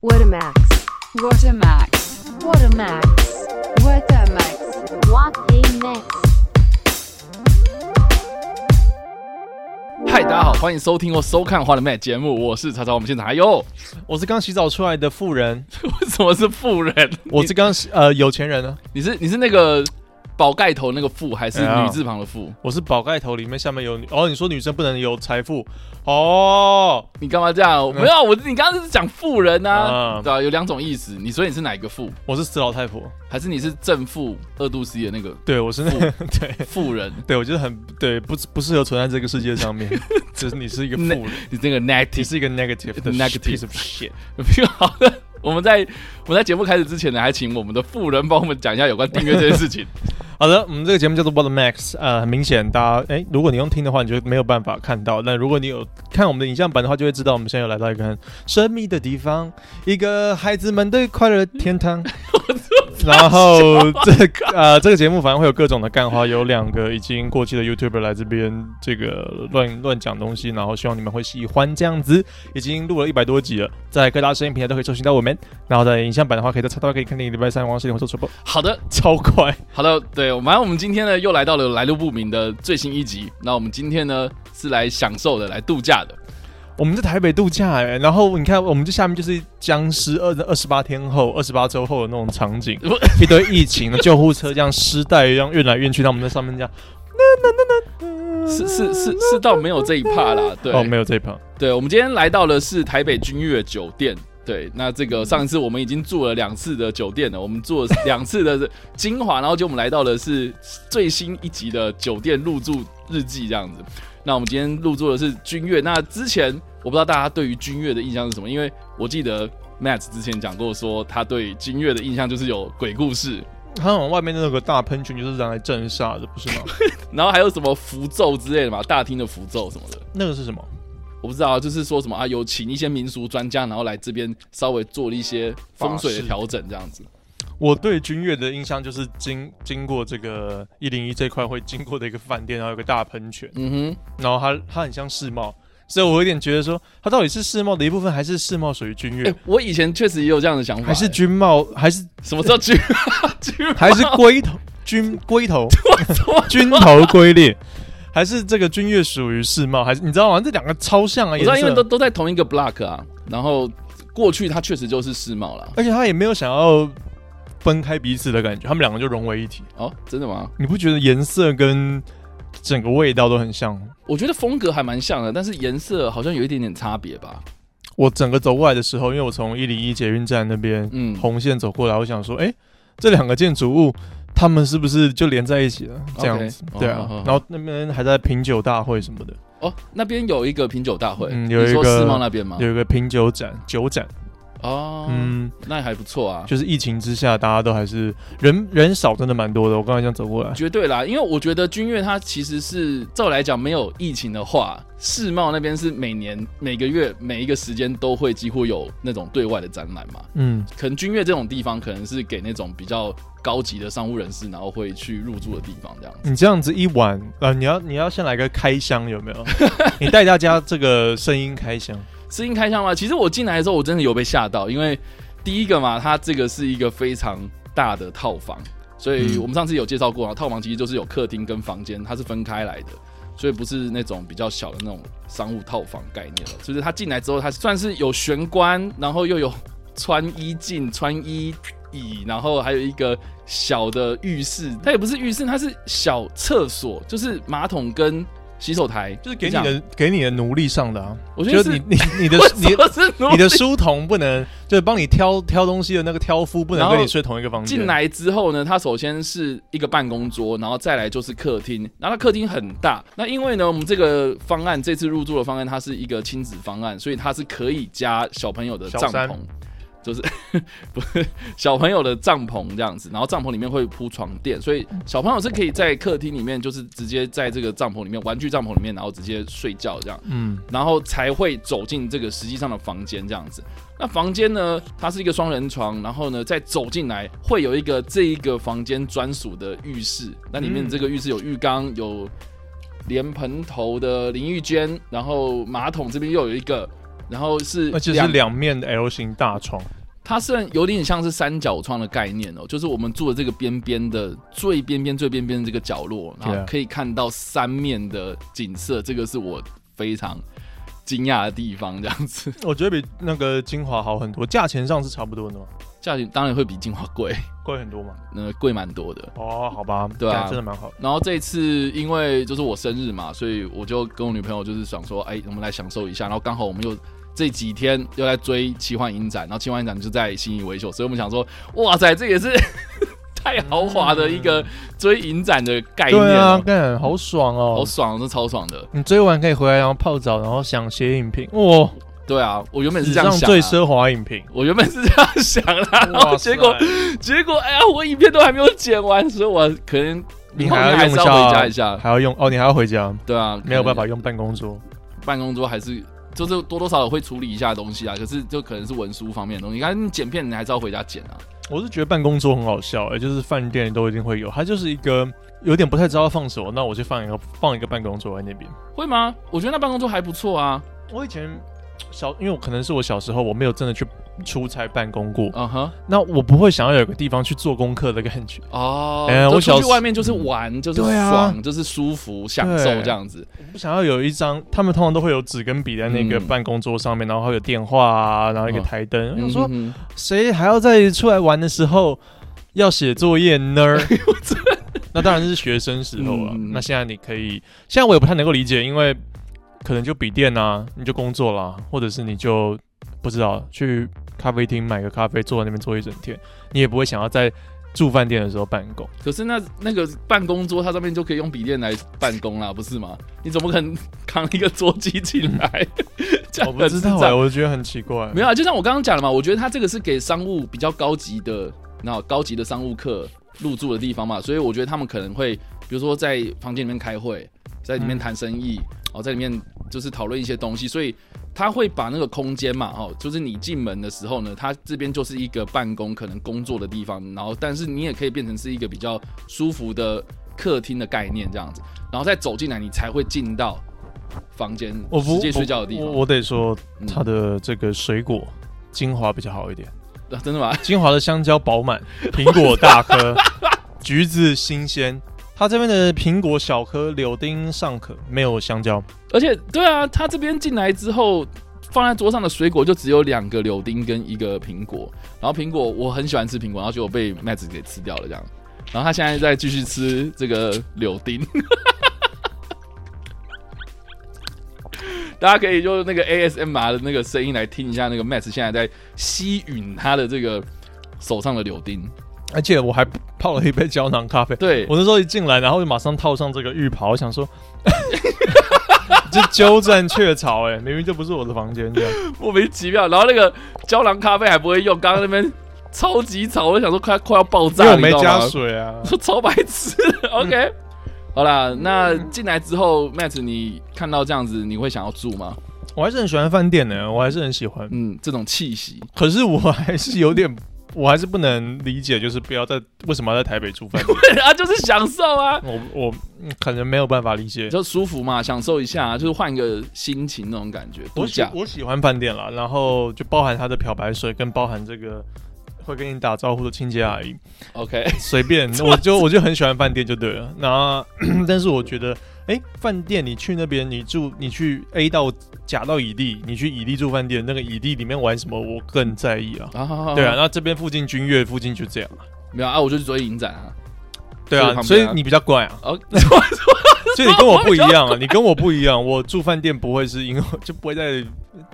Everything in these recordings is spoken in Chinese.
What a max. What a max. What a max. What a max. What a max. 嗨，大家好，欢迎收听或收看《花的妹》节目，我是查查，我们现场还有 我是刚洗澡出来的富人，为什么是富人？我是刚洗呃有钱人啊，你是你是那个宝盖头那个富，还是哎呀女字旁的富？我是宝盖头里面下面有女哦，你说女生不能有财富哦，你干嘛这样？没有，我你刚刚是讲富人啊，嗯对啊，有两种意思。你所以你是哪一个富？我是死老太婆，还是你是正负二度 C 的那个对我是那 对富人？对，我觉得很对，不不适合存在这个世界 上面，就是你是一个 富人，你这个 你 negative 是一个 negative 的 Negative piece of shit，好的，我们在我们在节目开始之前呢，还请我们的富人帮我们讲一下有关订阅这件事 情。好的，我们这个节目叫做 What the Max，呃，很明显，大家哎，如果你用听的话，你就没有办法看到；那如果你有看我们的影像版的话，就会知道我们现在有来到一个很神秘的地方，一个孩子们的快乐天堂。然后这个呃，这个节目反正会有各种的干话，有两个已经过去的 YouTuber 来这边这个乱乱讲东西，然后希望你们会喜欢这样子。已经录了一百多集了，在各大声音平台都可以搜寻到我们。然后在影像版的话，可以在插到可以看电影礼拜三晚上十点会做直播，好的，超快。好的，对，我们我们今天呢又来到了来路不明的最新一集。那我们今天呢是来享受的，来度假的。我们在台北度假哎、然后你看，我们这下面就是僵尸二二十八天后、二十八周后的那种场景，一堆疫情的救护车这样尸袋一样运来运去，那我们在上面这样，是是是是，倒没有这一趴啦。对，哦，没有这一盘，对，我们今天来到的是台北君悦酒店。对，那这个上一次我们已经住了两次的酒店了，我们住了两次的呃精华，然后就我们来到的是最新一集的酒店入住日记这样子。那我们今天入住的是君悦，那之前我不知道大家对于君悦的印象是什么，因为我记得 Matt 之前讲过说他对君悦的印象就是有鬼故事，它好像外面那个大喷泉就是拿来镇煞的，不是吗？ 然后还有什么符咒之类的嘛，大厅的符咒什么的。那个是什么？我不知道啊，就是说什么啊，有请一些民俗专家，然后来这边稍微做了一些风水的调整，这样子。我对君悦的印象就是经经过这个一零一这块会经过的一个饭店，然后有个大喷泉，嗯然后它它很像世贸，所以我有点觉得说，它到底是世贸的一部分，还是世贸属于君哼，哎、悦，我以前确实也有这样的想法、还是哎君贸，还是什么时候去 去吗？还是龟头军 龟头军头龟裂，还是这个君越属于世贸？还是你知道吗？这两个超像啊，我知道，因为颜都色都在同一个 block 啊。然后过去它确实就是世贸啦。而且他也没有想要分开彼此的感觉，他们两个就融为一体。哦，真的吗？你不觉得颜色跟整个味道都很像吗？我觉得风格还蛮像的，但是颜色好像有一点点差别吧。我整个走过来的时候，因为我从一零一捷运站那边嗯，红线走过来，我想说，哎、这两个建筑物。他们是不是就连在一起了？这样子 OK，对哦啊好好。然后那边还在品酒大会什么的，哦，那边有一个品酒大会，嗯有你一说个世贸那边吗？有一个品酒展、酒展，啊哦，嗯，那还不错啊。就是疫情之下，大家都还是人人少，真的蛮多的。我刚才这样走 过来，绝对啦，因为我觉得君悦它其实是照来讲，没有疫情的话，世贸那边是每年每个月每一个时间都会几乎有那种对外的展览嘛。嗯，可能君悦这种地方，可能是给那种比较高级的商务人士，然后会去入住的地方这样子。你这样子一晚，呃，你要你要先来个开箱有没有？你带大家这个声音开箱，声音开箱吗？其实我进来的时候，我真的有被吓到，因为第一个嘛，它这个是一个非常大的套房，所以嗯我们上次有介绍过啊，套房其实就是有客厅跟房间，它是分开来的，所以不是那种比较小的那种商务套房概念了。就是它进来之后，它算是有玄关，然后又有穿衣镜、穿衣椅，然后还有一个小的浴室，它也不是浴室，它是小厕所，就是马桶跟洗手台，就是给你这样。的给你的奴隶上的啊，我觉就得是是你你你的为什你么是奴你的隶书童不能就是帮你挑挑东西的那个挑夫不然能后跟你睡同一个房间。进来之后呢，它首先是一个办公桌，然后再来就是客厅。然后它客厅很大，那因为呢，我们这个方案这次入住的方案，它是一个亲子方案，所以它是可以加小朋友的帐小三篷，就是不是小朋友的帐篷这样子。然后帐篷里面会铺床垫，所以小朋友是可以在客厅里面，就是直接在这个帐篷里面，玩具帐篷里面，然后直接睡觉这样。嗯，然后才会走进这个实际上的房间这样子。那房间呢，它是一个双人床，然后呢再走进来会有一个这一个房间专属的浴室，那里面嗯这个浴室有浴缸，有莲蓬头的淋浴间，然后马桶这边又有一个。然后是而且是两面的 L 型大床，它是有点像是三角窗的概念哦，就是我们住的这个边边的最边边最边边的这个角落，然 Yeah 后可以看到三面的景色，这个是我非常惊讶的地方。这样子，我觉得比那个精华好很多，价钱上是差不多的嘛，价钱当然会比金华贵，贵很多嘛。呃，贵蛮多的。哦，好吧，对啊干真的蛮好的。然后这次因为就是我生日嘛，所以我就跟我女朋友就是想说，哎，我们来享受一下。然后刚好我们又这几天又在追《奇幻影展》，然后《奇幻影展》就在新义维修，所以我们想说，哇塞，这也是 太豪华的一个追影展的概念、对啊，哦，干好爽好哦！爽，这超爽的。你追完可以回来，然后泡澡，然后想写影评，哇，对啊，我原本是史这样上想、最啊。奢华 影评。我原本是这样想啦，然后哇塞结 果结果，哎呀，我影片都还没有剪完，所以我可能你后还面要还用是要到回家一下，还要用哦，你还要回家，对啊，没有可能办法用办公桌。嗯办公桌还是就是多多少少会处理一下东西啊，可是就可能是文书方面的东西。你看你剪片，你还是要回家剪啊。我是觉得办公桌很好笑、欸，就是饭店都一定会有，它就是一个有点不太知道放什么，那我就放一个放一个办公桌在那边。会吗？我觉得那办公桌还不错啊。我以前小，因为我可能是我小时候我没有真的去出差办公过，嗯哼，那我不会想要有个地方去做功课的感觉。哦，哎就我小出时去外面就是玩，就是对啊爽，就是舒服，享受这样子。我不想要有一张，他们通常都会有纸跟笔在那个嗯办公桌上面，然后还有电话啊，然后一个嗯台灯。我想嗯说，哼谁还要在出来玩的时候要写作业呢？哎那当然是学生时候啊。嗯那现在你可以，现在我也不太能够理解，因为可能就笔电啊，你就工作啦，或者是你就不知道去咖啡厅买个咖啡，坐在那边坐一整天，你也不会想要在住饭店的时候办 公。可是那那个办公桌，它上面就可以用笔电来办公啦，不是吗？你怎么可能扛一个桌机进来？ 这我样不很啊智知道障哎、我觉得很奇怪。没有啊，就像我刚刚讲的嘛，我觉得它这个是给商务比较高级的，那高级的商务客入住的地方嘛，所以我觉得他们可能会，比如说在房间里面开会，在里面谈生意，嗯哦，在里面就是讨论一些东西，所以他会把那个空间嘛，哦，就是你进门的时候呢，它这边就是一个办公可能工作的地方，然后但是你也可以变成是一个比较舒服的客厅的概念这样子，然后再走进来，你才会进到房间我不直接睡觉的地我方。我我得说嗯它的这个水果精华比较好一点。啊真的吗？金华的香蕉饱满，苹果大颗，橘子新鲜。它这边的苹果小颗，柳丁上壳，没有香蕉。而且，对啊，他这边进来之后，放在桌上的水果就只有两个柳丁跟一个苹果。然后苹果我很喜欢吃苹果，然后结果被麦子给吃掉了这样。然后他现在在继续吃这个柳丁。大家可以用那个 ASMR 的那个声音来听一下，那个 Max 现在在吸吮他的这个手上的柳丁。而且我还泡了一杯胶囊咖啡。对，我那时候一进来，然后就马上套上这个浴袍，我想说， 就鸠占鹊巢，哎，明明就不是我的房间这样。莫名其妙。然后那个胶囊咖啡还不会用，刚刚那边超级吵，我想说快快要爆炸因了，为我没你知道加吗 水啊。说超白痴。OK，、好啦，嗯那进来之后，Matt，你看到这样子，你会想要住吗？我还是很喜欢饭店的，我还是很喜欢。嗯，这种气息， 可是我还是有点，我还是不能理解，就是不要在为什么要在台北住饭店。啊，就是享受啊，我我嗯可能没有办法理解。就舒服嘛，享受一下、啊就是换一个心情那种感觉，度我喜假。我喜欢饭店啦，然后就包含它的漂白水，跟包含这个会跟你打招呼的清洁阿姨， OK，随便，我就我就很喜欢饭店就对了。那 但是我觉得，哎、饭店你去那边，你住你去 A 到甲到乙地，你去乙地住饭店，那个乙地里面玩什么，我更在意啊。啊对啊，，那这边附近君悦附近就这样啊。 没有啊，我就去追影展啊。对所以啊，旁所边啊以你比较怪啊， OK，所以你跟我不一样啊，你跟我不一样，我住饭店不会是因为 就不会在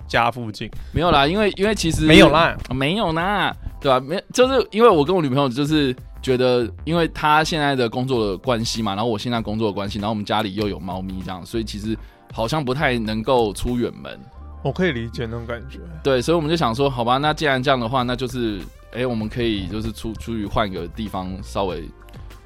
家附近，没有啦，因为因为其实没有啦，啊没有啦，对吧、啊没，就是因为我跟我女朋友就是觉得，因为她现在的工作的关系嘛，然后我现在工作的关系，然后我们家里又有猫咪这样，所以其实好像不太能够出远门。我可以理解那种感觉。对，所以我们就想说，好吧，那既然这样的话，那就是，哎、我们可以就是出出去换个地方，稍微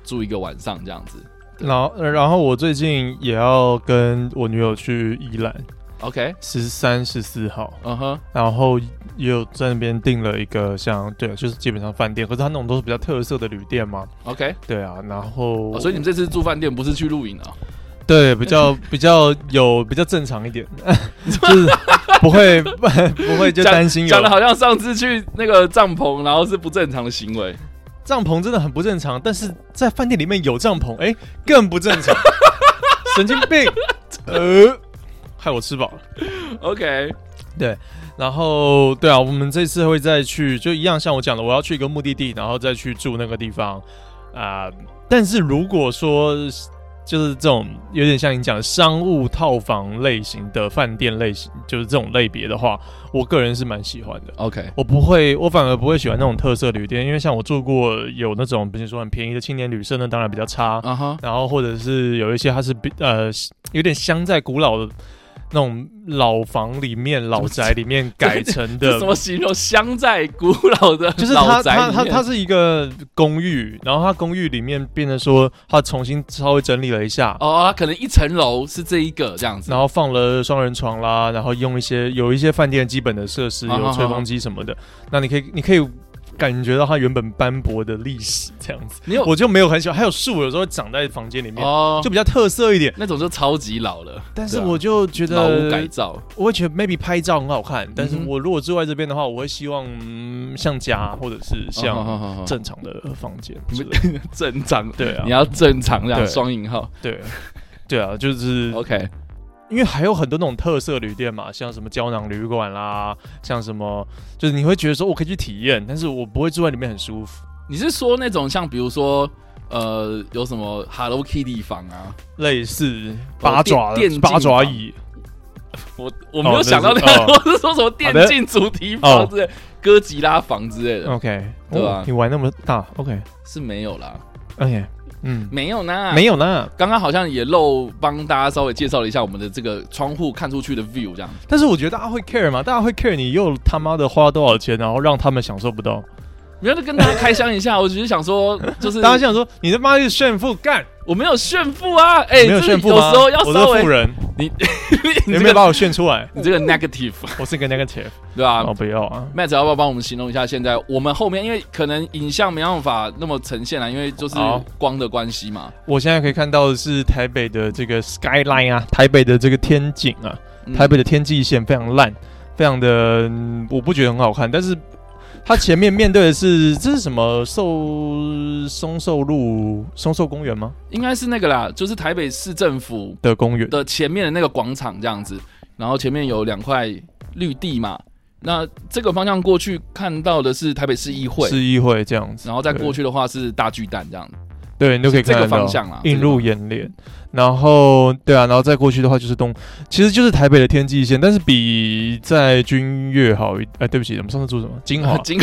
住一个晚上这样子。对然后，呃然后我最近也要跟我女友去宜兰， OK，十三、十四号，嗯哼，然后也有在那边订了一个像，对，啊就是基本上饭店，可是它那种都是比较特色的旅店嘛， ，OK、对啊，然后、哦所以你们这次住饭店不是去露营啊？ 对比较比较有比较正常一点，就是不会 不会就讲担心有讲的好像上次去那个帐篷，然后是不正常的行为。帐篷真的很不正常，但是在饭店里面有帐篷，哎、更不正常，神经 病，呃，害我吃饱了。 OK，然后对啊，我们这次会再去，就一样像我讲的，我要去一个目的地，然后再去住那个地方啊、但是如果说就是这种有点像你讲的商务套房类型的饭店类型，就是这种类别的话，我个人是蛮喜欢的。 OK，我不会，我反而不会喜欢那种特色旅店，因为像我住过有那种，比如说很便宜的青年旅社，那当然比较差。啊哈，然后或者是有一些它是比呃有点镶在古老的那种老房里面、老宅里面改成 这的怎，么形容？镶在古老的 就是老它宅它里它面它是一个公寓，然后它公寓里面变得说它重新稍微整理了一下，哦，它可能一层楼是这一个这样子。然后放了双人床啦，然后用一些有一些饭店基本的设施，啊有哈吹哈风机什么的。那你可以，你可以感觉到它原本斑驳的历史这样子。你有我就没有很喜欢，还有树有时候长在房间里面，哦，就比较特色一点。那种就超级老了。但是对啊我就觉老屋改得，造，我会觉得 maybe 拍照很好看，但是嗯哼我如果住在这边的话，我会希望、嗯、像家或者是哦好像好好正常的房间之类的。正常，对啊你，要正常这样对双引号。对。对啊，就是、 OK，因为还有很多那种特色旅店嘛，像什么胶囊旅馆啦，像什么，就是你会觉得说我可以去体验，但是我不会住在里面很舒服，你是说那种像比如说呃有什么 Hello Kitty 房啊？类似哦八爪电电竞八爪房椅，我我没有哦想到那那是个，哦 我是说什么电竞主题好房的之类、哥吉拉房之类的， OK，对哦啊你玩那么大，OK 是没有啦， OK，嗯，没有呢，没有呢。刚刚好像也漏帮大家稍微介绍了一下我们的这个窗户看出去的 view 这样。但是我觉得大家会 care 嘛，大家会 care 你又他妈的花多少钱，然后让他们享受不到。没有，就跟大家开箱一 下，我只是想说，就是大家想说你他妈是炫富干，我没有炫富啊，哎、没有就是炫富有吗？时候要我稍是微 富人，你你有这 没有个把我炫 出来？你这个 negative 我是个 negative，对吧、哦，不要啊。 Matt 要不要帮我们形容一下现在我们后面，因为可能影像没办法那么呈现了，啊因为就是好光的关系嘛。我现在可以看到的是台北的这个 skyline 啊，台北的这个天井啊，嗯台北的天际线非常烂，非常的、嗯我不觉得很好看，但是。它前面面对的是这是什么寿松寿路松寿公园吗？应该是那个啦，就是台北市政府的公园，的前面的那个广场这样子，然后前面有两块绿地嘛。那这个方向过去看到的是台北市议会，市议会这样子，然后再对过去的话是大巨蛋这样子。对你都可以是这看个得到方向啦，映入眼帘。然后对啊，然后再过去的话就是东，其实就是台北的天际线，但是比在君悦好一，哎，对不起，我们上次住什么？金华 今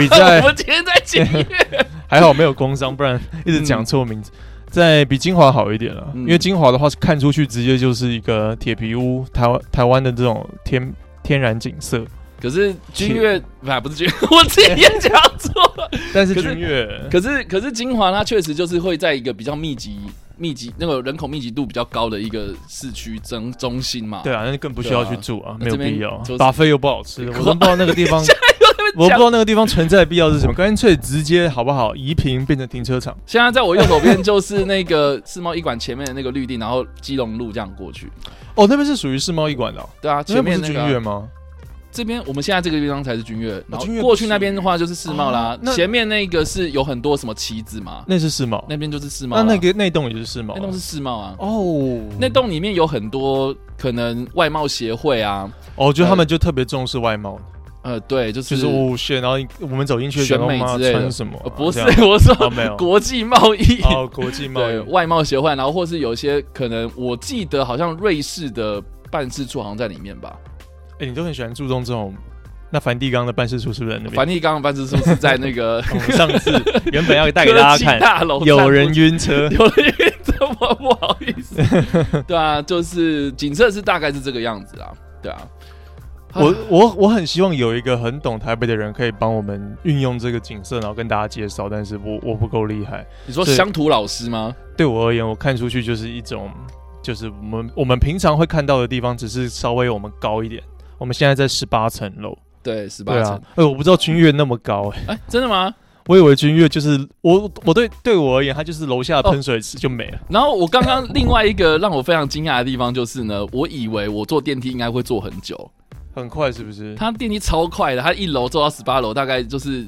比啊我在们今天在 讲音乐还好没有工伤，不然一直讲错名字。在比金华好一点了，嗯因为金华的话是看出去直接就是一个铁皮屋，台湾台湾的这种天天然景色。可是君越啊不不是君 越，我自己也讲错了。但是可是君悦， 可是可是金华它确实就是会在一个比较密集、密集那个人口密集度比较高的一个市区中中心嘛。对啊，那更不需要去住啊，那没有这边必要就是。巴菲又不好吃，我都不知道那个地 方讲我不知道那个地方存在的必要是什么，干脆直接好不好？移平变成停车场，现在在我右手边就是那个世贸一馆前面的那个绿地，然后基隆路这样过去。哦，那边是属于世贸一馆的哦、对啊，前前面面那不是个君啊、悦吗？这边我们现在这个地方才是君悦，然后哦君悦过不去是那边的话就是世贸啦哦。那前面那个是有很多什么旗子嘛，那是世贸，那边就是世贸那啦。那个那栋也是世贸啊，那栋是世贸啊，哦，那栋里面有很多可能外贸协会啊，哦，我觉得他们就特别重视外贸，呃，对，就是就是哦选，然后你我们走进去，选美然后妈之类的穿什么啊、呃不是这样 我说哦，没有国际贸易。哦，国际 贸对易，外贸协会，啊然后或是有一些可能，我记得好像瑞士的办事处好像在里面吧。哎、你都很喜欢注重这种。那梵蒂冈的办事处是不是在那边？梵蒂冈的办事处是在那个我们上次原本 要带给 科大技家看，大楼，，有人晕 车有人晕，这么不好意 思。对啊，就是景色是大概是这个样子啊。对啊，我我我很希望有一个很懂台北的人可以帮我们运用这个景色，然后跟大家介绍，但是我我不够厉害。你说是乡土老师吗？对我而言，我看出去就是一种，就是我们我们平常会看到的地方，只是稍微我们高一点。我们现在在十八层楼，对，十对八啊层。，哎、我不知道君悦那么高、哎，哎、真的吗？我以为君悦就是我我对对我而言，它就是楼下的喷水池就没了。然后我刚刚另外一个让我非常惊讶的地方就是呢，我以为我坐电梯应该会坐很久，很快是不是？它电梯超快的，它一楼做到十八楼，大概就是，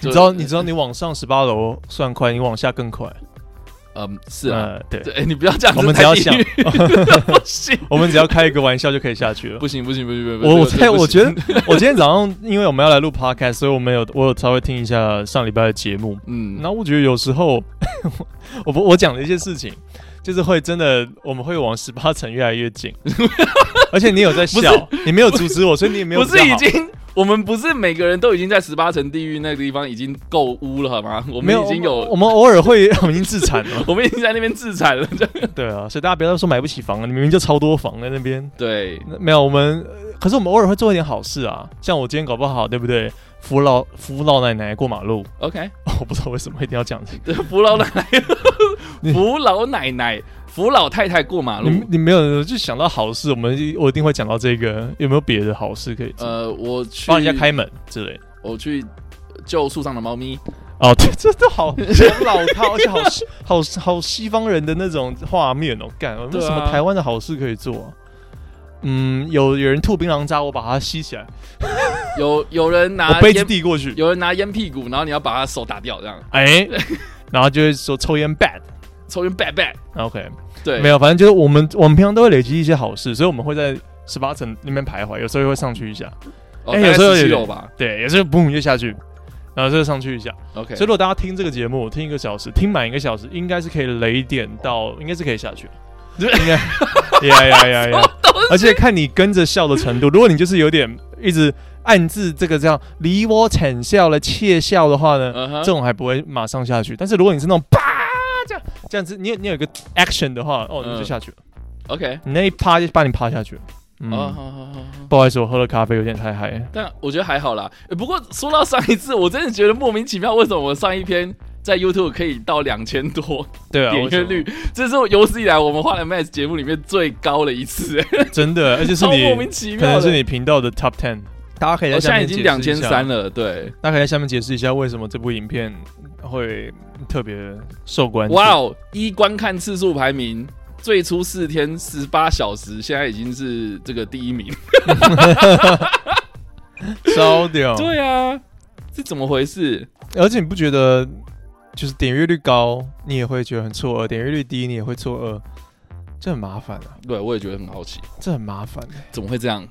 你知道，你知道，你往上十八楼算快，你往下更快。嗯，是啊，呃对，对，哎你不要这样，我们这太只要地狱不行，我们只要开一个玩笑就可以下去 了。不行，不行，不行，不行，我我这个猜，不行我觉得 我今天早上，因为我们要来录 podcast，所以我们有我有稍微听一下上礼拜的节目。嗯然，后我觉得有时候， 我不我讲的一些事情，就是会真的，我们会往十八层越来 越近。而且你有在笑，你没有阻止我，所以你也没有不是比较已好经。我们不是每个人都已经在十八层地狱那个地方已经够污了好吗？我没们有已经有，我们偶尔会 我们已经自产了。我们已经在那边自残了。这样对啊，所以大家不要说买不起房啊，你明明就超多房在那边。对，那没有，我们呃可是我们偶尔会做一点好事啊，像我今天搞不好，对不对？扶老扶老奶奶过马路， OK， 我不知道为什么一定要讲这个。扶老奶奶，你扶老奶奶，扶老太太过马你路。你没有就想到好事，我们一我一定会讲到这个。有没有别的好事可以做？呃，我去帮人家开门之类的。我去救树上的猫咪。哦， 对，这都好好老套，而且好 西好好西方人的那种画面哦。干，有没有对啊什么台湾的好事可以做啊？嗯，有有人吐槟榔渣，我把它吸起来，有有人拿我杯子啊烟，递过去，有人拿烟屁股，然后你要把他手打掉，这样 哎，然后就会说抽烟 bad。抽烟 bad bad。 OK，对，没有，反正就是我们我们平常都会累积一些好事，所以我们会在十八层那边徘徊，有时候会上去一下，哦，大哎概有时候有17点楼吧。对，有时候嘣就下去，然后就上去一下。 OK，所以如果大家听这个节目，听一个小时，听满一个小时，应该是可以雷点到，应该是可以下去了。对 应该，呀呀呀呀！而且看你跟着笑的程度，如果你就是有点一直暗自这个叫离我惨笑了窃笑的话呢，嗯哼这种还不会马上下去。但是如果你是那种啪这样这样子，你有你有一个 action 的话，哦，嗯你就下去了， OK，你那一趴就把你趴下去了。嗯，哦，好好好好。不好意思，我喝了咖啡有点太嗨。但我觉得还好啦。呃不过说到上一次，我真的觉得莫名其妙，为什么我上一篇在 YouTube 可以到两千多对啊，点为什阅么率，这是我有史以来我们花了 Max 节目里面最高的一次、哎真的，而且是超你莫名其妙可的。能是你频道的 top ten。大家可以我现在已经两千三了，了，对，大家可以在下面解释一下为什么这部影片会特别受关注。哇哦！一观看次数排名最初四天十八小时，现在已经是这个第一名。烧掉！对啊，这怎么回事？而且你不觉得就是点阅率高，你也会觉得很错愕；点阅率低，你也会错愕，这很麻烦啊，对我也觉得很好奇，这很麻烦欸、怎么会这样？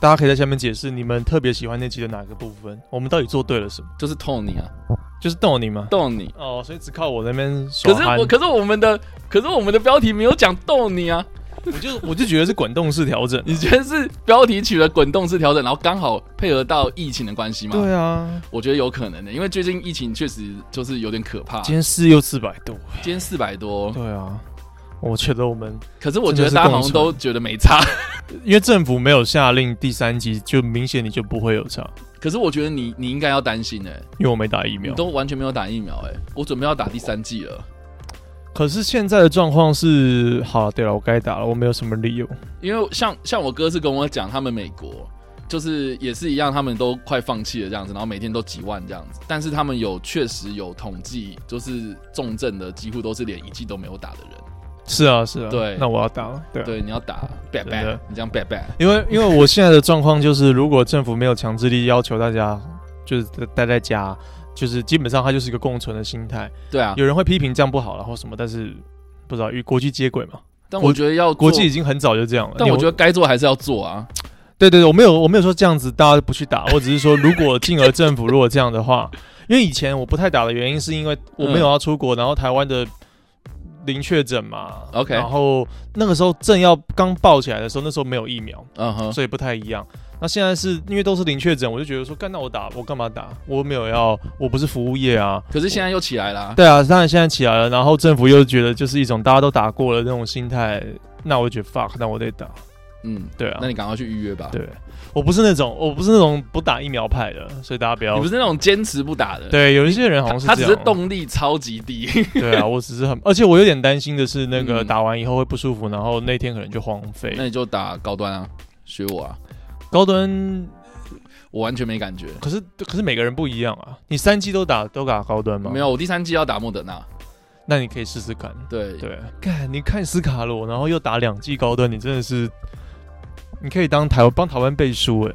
大家可以在下面解释你们特别喜欢那集的哪个部分，我们到底做对了什么？就是痛你啊，就是逗你吗？逗你。哦，所以只靠我那边耍可是憨我，可是我们的，可是我们的标题没有讲逗你啊。我就我就觉得是滚动式调整啊。 你觉得是标题取了滚动式调整，然后刚好配合到疫情的关系吗？对啊，我觉得有可能的、因为最近疫情确实就是有点可怕。今天四又四百度，今天四百多，对啊，我觉得我们可是我觉得大家好像都觉得没差。因为政府没有下令第三级，就明显你就不会有差， 可是我觉得你你应该要担心哎、因为我没打疫你苗。都完全没有打疫苗哎、我准备要打第三剂了，可是现在的状况是，好，啊对了，我该打了，我没有什么理由。因为像像我哥是跟我讲，他们美国就是也是一样，他们都快放弃了这样子，然后每天都几万这样子，但是他们有确实有统计，就是重症的几乎都是连一剂都没有打的人。是啊，是啊，对那我要打了，对啊。对，你要打 bad 真 bad，的你这样 bad bad。因为因为我现在的状况就是，如果政府没有强制力要求大家就是待在家，就是基本上它就是一个共存的心态。对啊，有人会批评这样不好了或什么，但是不知道与国际接轨嘛，但国我觉得要做国际已，经很早就这样了。但我你觉得该做还是要做啊。对对对，我没有我没有说这样子大家不去打，我只是说如果进而政府如果这样的话，因为以前我不太打的原因是因为我没有嗯要出国，然后台湾的零确诊嘛 OK 然后那个时候正要刚爆起来的时候，那时候没有疫苗，嗯哼，所以不太一样。那现在是因为都是零确诊，我就觉得说，干那我打我干嘛打？我没有要，我不是服务业啊。可是现在又起来啦。对啊，当然现在起来了，然后政府又觉得就是一种大家都打过了那种心态，那我就觉得 fuck，那我得打。嗯，对啊，那你赶快去预约吧。对，我不是那种，我不是那种不打疫苗派的，所以大家不要。你不是那种坚持不打的，，对，有一些人好像是他这只样哦是。动力超级低。对啊，我只是很，而且我有点担心的是，那个嗯打完以后会不舒服，然后那天可能就荒 废那。你就打高端啊，学我啊，高端我完全没感觉。可是可是每个人不一样啊，你三季都打都打高端吗？没，有，我第三季要打莫德纳。那你可以试试看。对，对，看你看斯卡罗，然后又打两季高端，你真的是你可以当台湾帮台湾背书哎，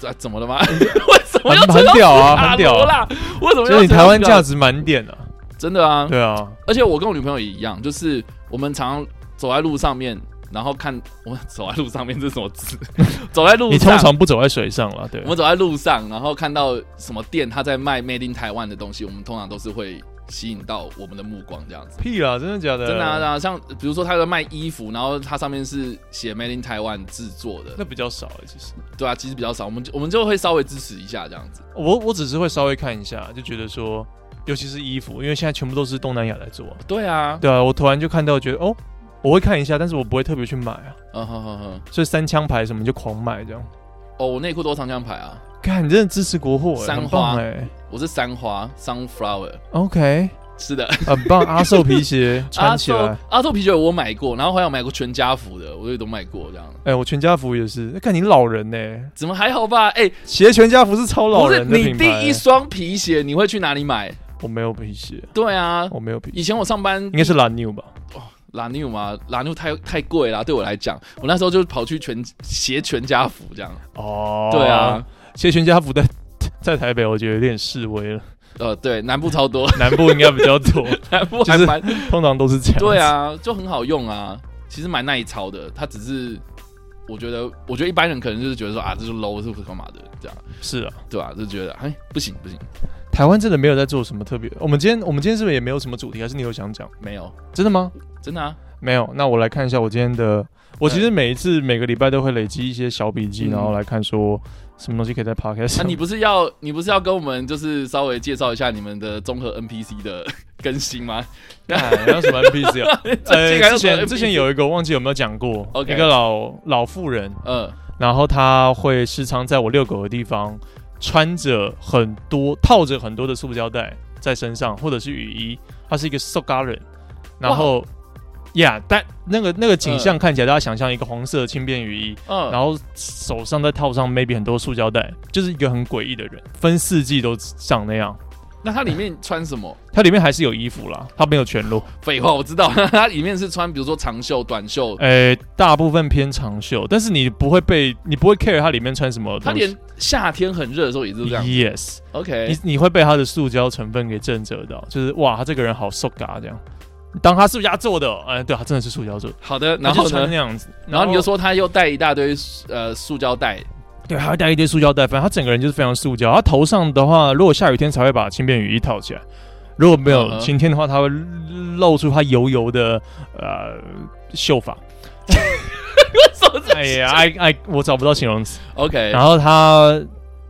这、啊怎么了吗？ 为什么要很吹到很屌啊斯卡很屌啊罗啦？为什么要所以你吹到台湾斯卡罗价值满点啊，真的啊，对啊，而且我跟我女朋友也一样，就是我们常常走在路上面，然后看我们走在路上面这是什么字？ 走在路上，你通常不走在水上了，对我，们走在路上，然后看到什么店他在卖 Made in 台湾的东西，我们通常都是会吸引到我们的目光这样子。屁啦，真的假的？真的啊，真的啊像比如说他在卖衣服，然后它上面是写 Made in 台湾制作的那，比较少哎，其实对啊，其实比较少，我们就我们就会稍微支持一下这样子。我我只是会稍微看一下，就觉得说，尤其是衣服，因为现在全部都是东南亚来做啊，对啊，对啊，我突然就看到觉得哦，我会看一下，但是我不会特别去买啊，嗯哼哼哼，所以三枪牌什么就狂买这样。哦，我内裤都是长江牌啊，看，你真的支持国货、欸，三很棒花哎、我是三花 sunflower， OK，是的。很 棒，阿寿皮鞋 穿起阿来寿。阿寿啤酒我买过，然后还有买过全家福的，我也都买过这样。哎、我全家福也是，哎看你老人呢、怎么还好吧？哎、鞋全家福是超老不是人的你品牌、欸第一双皮鞋你会去哪里买？我没有皮鞋，对啊，我没有皮鞋，以前我上班哦应该是蓝牛吧？拉纽嘛，拉纽太太贵啦，对我来讲，我那时候就跑去全鞋全家福这样。哦对啊，，鞋全家福在在台北，我觉得有点示威了， 呃，对，南部超多，南部应该比较 多，南部还就是蛮、通常都是这样。对，啊，就很好用啊，其实蛮耐操的。它只是我觉得，我觉得一般人可能就是觉得说啊，这是 low 是干嘛的这样，是啊，对吧、就觉得哎不行不行，台湾真的没有在做什么特别。哦我们今天我们今天是不是也没有什么主题？还是你有想讲？没有，真的吗？真的啊，没有，那我来看一下我今天的。我其实每一次每个礼拜都会累积一些小笔记，嗯然后来看说什么东西可以在 podcast 那、上。啊你不是要你不是要跟我们就是稍微介绍一下你们的综合 NPC 的 更新吗？哎还有什么 NPC 啊？最近还有之什么前 NPC 之前有一个忘记有没有讲过 OK 一个老老妇人，嗯，然后她会时常在我遛狗的地方穿着很多套着很多的塑胶袋在身上，或者是雨衣，她是一个 s o g a r e n 然后呀但那个那个景象看起来，大家想象一个红色的轻便雨衣，嗯，然后手上再套上 maybe 很多塑胶袋，就是一个很诡异的人，分四季都长那样。那它里面穿什么？它里面还是有衣服啦，它没有全裸，废话，我知道， 它里面是穿比如说长袖、短袖，诶、大部分偏长袖，但是你不会被，你不会 care 它里面穿什么它东西连。夏天很热的时候也是这样。 Yes， OK，你你会被它的塑胶成分给震慑到，就是哇，他这个人好 so 嘎这样。当他塑胶做的，哎、对，他真的是塑胶做的，好的，他然就后穿呢那？样子，然后你就，说他又带一大堆呃塑胶袋，对，还会带一堆塑胶袋，反正他整个人就是非常塑胶。他啊头上的话，如果下雨天才会把轻便雨衣套起来，如果没嗯有哼晴天的话，他会露出他油油的呃 秀发。哎呀，哎哎，我找不到形容词。 OK，然后他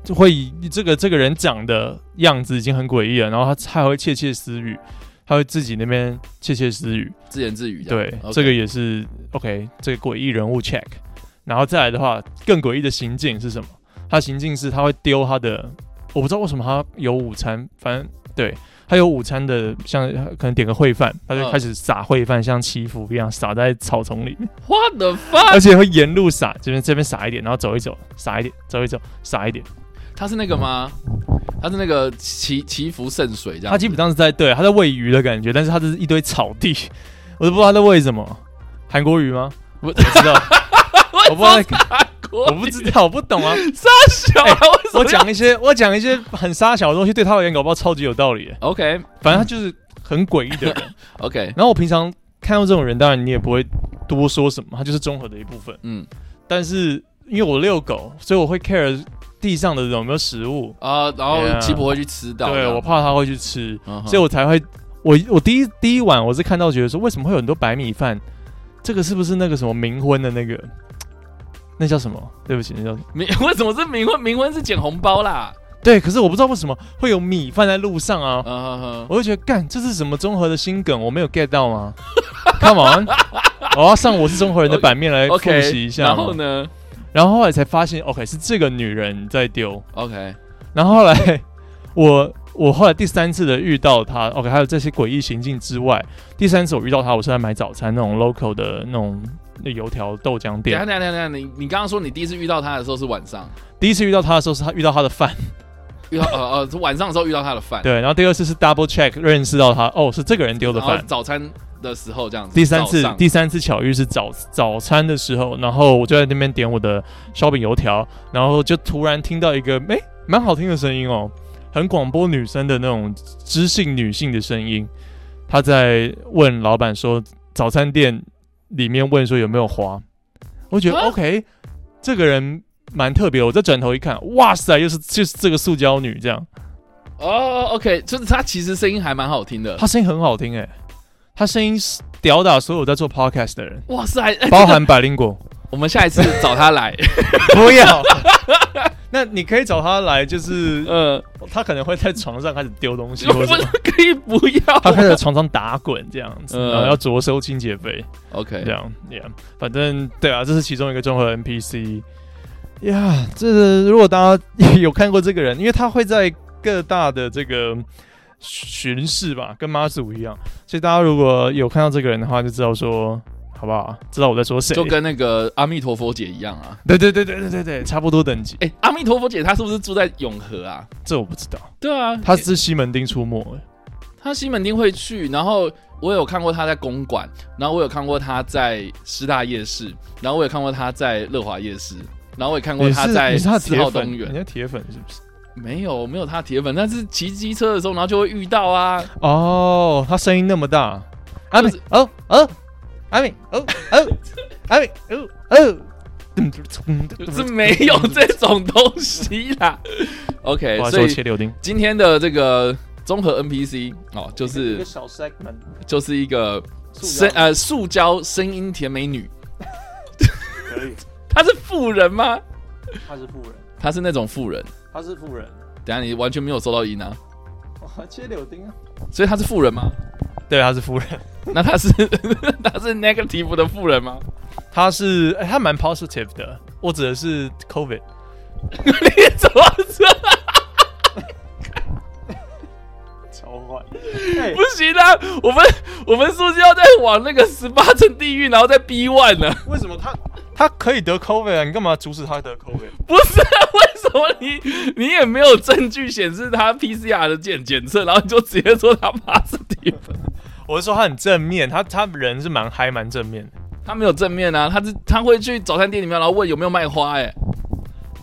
就会以这个这个人长的样子已经很诡异了，然后他还会窃窃私语，他会自己那边窃窃私语。自言自语这对样。OK 这个也是 OK，这个诡异人物 check。然后再来的话，更诡异的行径是什么？他行径是他会丢他的，我不知道为什么他有午餐，反正对他有午餐的，像可能点个烩饭，他就嗯开始撒烩饭，像祈福一样撒在草丛里面。 啊 What the fuck？而且会沿路撒，这边这边撒一点，然后走一走，撒一点，走一走，撒一点。他是那个吗？他是那个祈祈福圣水这样子。它基本上是在对，它在喂鱼的感觉，但是它这是一堆草地，我都不知道它在喂什么，韩国鱼吗？不我不知道， 我不知道在， 我我不知道，我不懂啊。傻小啊，为什我么要讲一些我讲一些很沙小的东西，对他而言搞不好超级有道理的。 ？OK 反正他就是很诡异的 人。 OK，然后我平常看到这种人，当然你也不会多说什么，他就是综合的一部分。嗯但是因为我遛狗，所以我会 care 地上的有没有食物，啊，然后 Yeah 吉普会去吃到这对样。我怕他会去吃。嗯哼，所以我才会，我我第一第一晚我是看到觉得说，为什么会有很多白米饭？这个是不是那个什么冥婚的那个？那叫什么？对不起，那叫冥 为什么是冥婚？冥婚是捡红包啦。对。可是我不知道为什么会有米饭在路上啊！嗯哼哼，我就觉得干，这是什么综合的新梗？我没有 get 到吗？Come on，我要上我是中国人的版面来 复 OK，习一下。然后？呢然后后来才发现，OK，是这个女人在丢。 ？OK，然后后来我我后来第三次的遇到他，OK，还有这些诡异行径之外，第三次我遇到他，我是在买早餐那种 local 的那种那油条豆浆等一下店。等一下等一下，你你刚刚说你第一次遇到他的时候是晚上，第一次遇到他的时候是他遇到他的饭，遇到呃呃是晚上的时候遇到他的饭，对，然后第二次是 double check 认识到他，哦，是这个人丢的然后饭，早餐的时候这样子。第三次早上第三次巧遇是早早餐的时候，然后我就在那边点我的烧饼油条，然后就突然听到一个诶蛮、好听的声音哦，很广播女生的那种知性女性的声音，她在问老板说早餐店里面问说有没有花，我觉得、啊 OK，这个人蛮特别的，我再转头一看，哇塞，又是就是这个塑胶女这样，哦，OK，就是他其实声音还蛮好听的。她声音很好听诶、她声音是吊打所有在做 podcast 的人，哇塞，哎包含百灵果。我们下一次找他来。不要。 那你可以找他来，就是 呃，他可能会在床上开始丢东西， 我或者们什么可以不要他开始在床上打滚这样子，嗯然后要着收清洁费， ？OK，这样，yeah，反正对啊，这是其中一个综合 NPC。呀，这个如果大家有看过这个人，因为他会在各大的这个巡视吧，跟妈祖一样，所以大家如果有看到这个人的话，就知道说好不好？知道我在说谁？就跟那个阿弥陀佛姐一样啊。对对对对对对对，差不多等级。哎、阿弥陀佛姐她是不是住在永和啊？这我不知道。对啊，他是西门町出没、欸她西门町会去，然后我有看过她在公馆，然后我有看过她在师大夜市，然后我也看过她在乐华夜市，然后我也看过你她是在你是他四号铁粉，东你园。是铁粉是不是？没有没有她铁粉，但是骑机车的时候，然后就会遇到 啊。哦，他声音那么大，阿就敏是哦哦，阿敏哦哦，阿敏哦哦，是没有这种东西啦。OK，不好意思，所我以切柳丁，今天的这个综合 NPC 哦，就是小 segment，就是一个塑声胶呃塑胶声音甜美 女，她是富人吗？他是富人，她是那种富人，他是富人，等一下你完全没有收到音啊，哇，切柳丁啊，所以她是富人吗？对，他是富人，那她是 她是 negative 的富人吗？ 他是哎他蛮 positive 的，我指的是 COVID，你怎么这超坏，不行啊？我们我们是不是要再往那个十八层地狱，然后再 B one 呢？为什么他他可以得 COVID 啊？你干嘛阻止他得 COVID？不是，为什么你你也没有证据显示他 PCR 的检检测，然后你就直接说他 positive？我是说他很正面，他他人是蛮嗨蛮正面的。他没有正面啊，他是他会去早餐店里面，然后问有没有卖花、哎，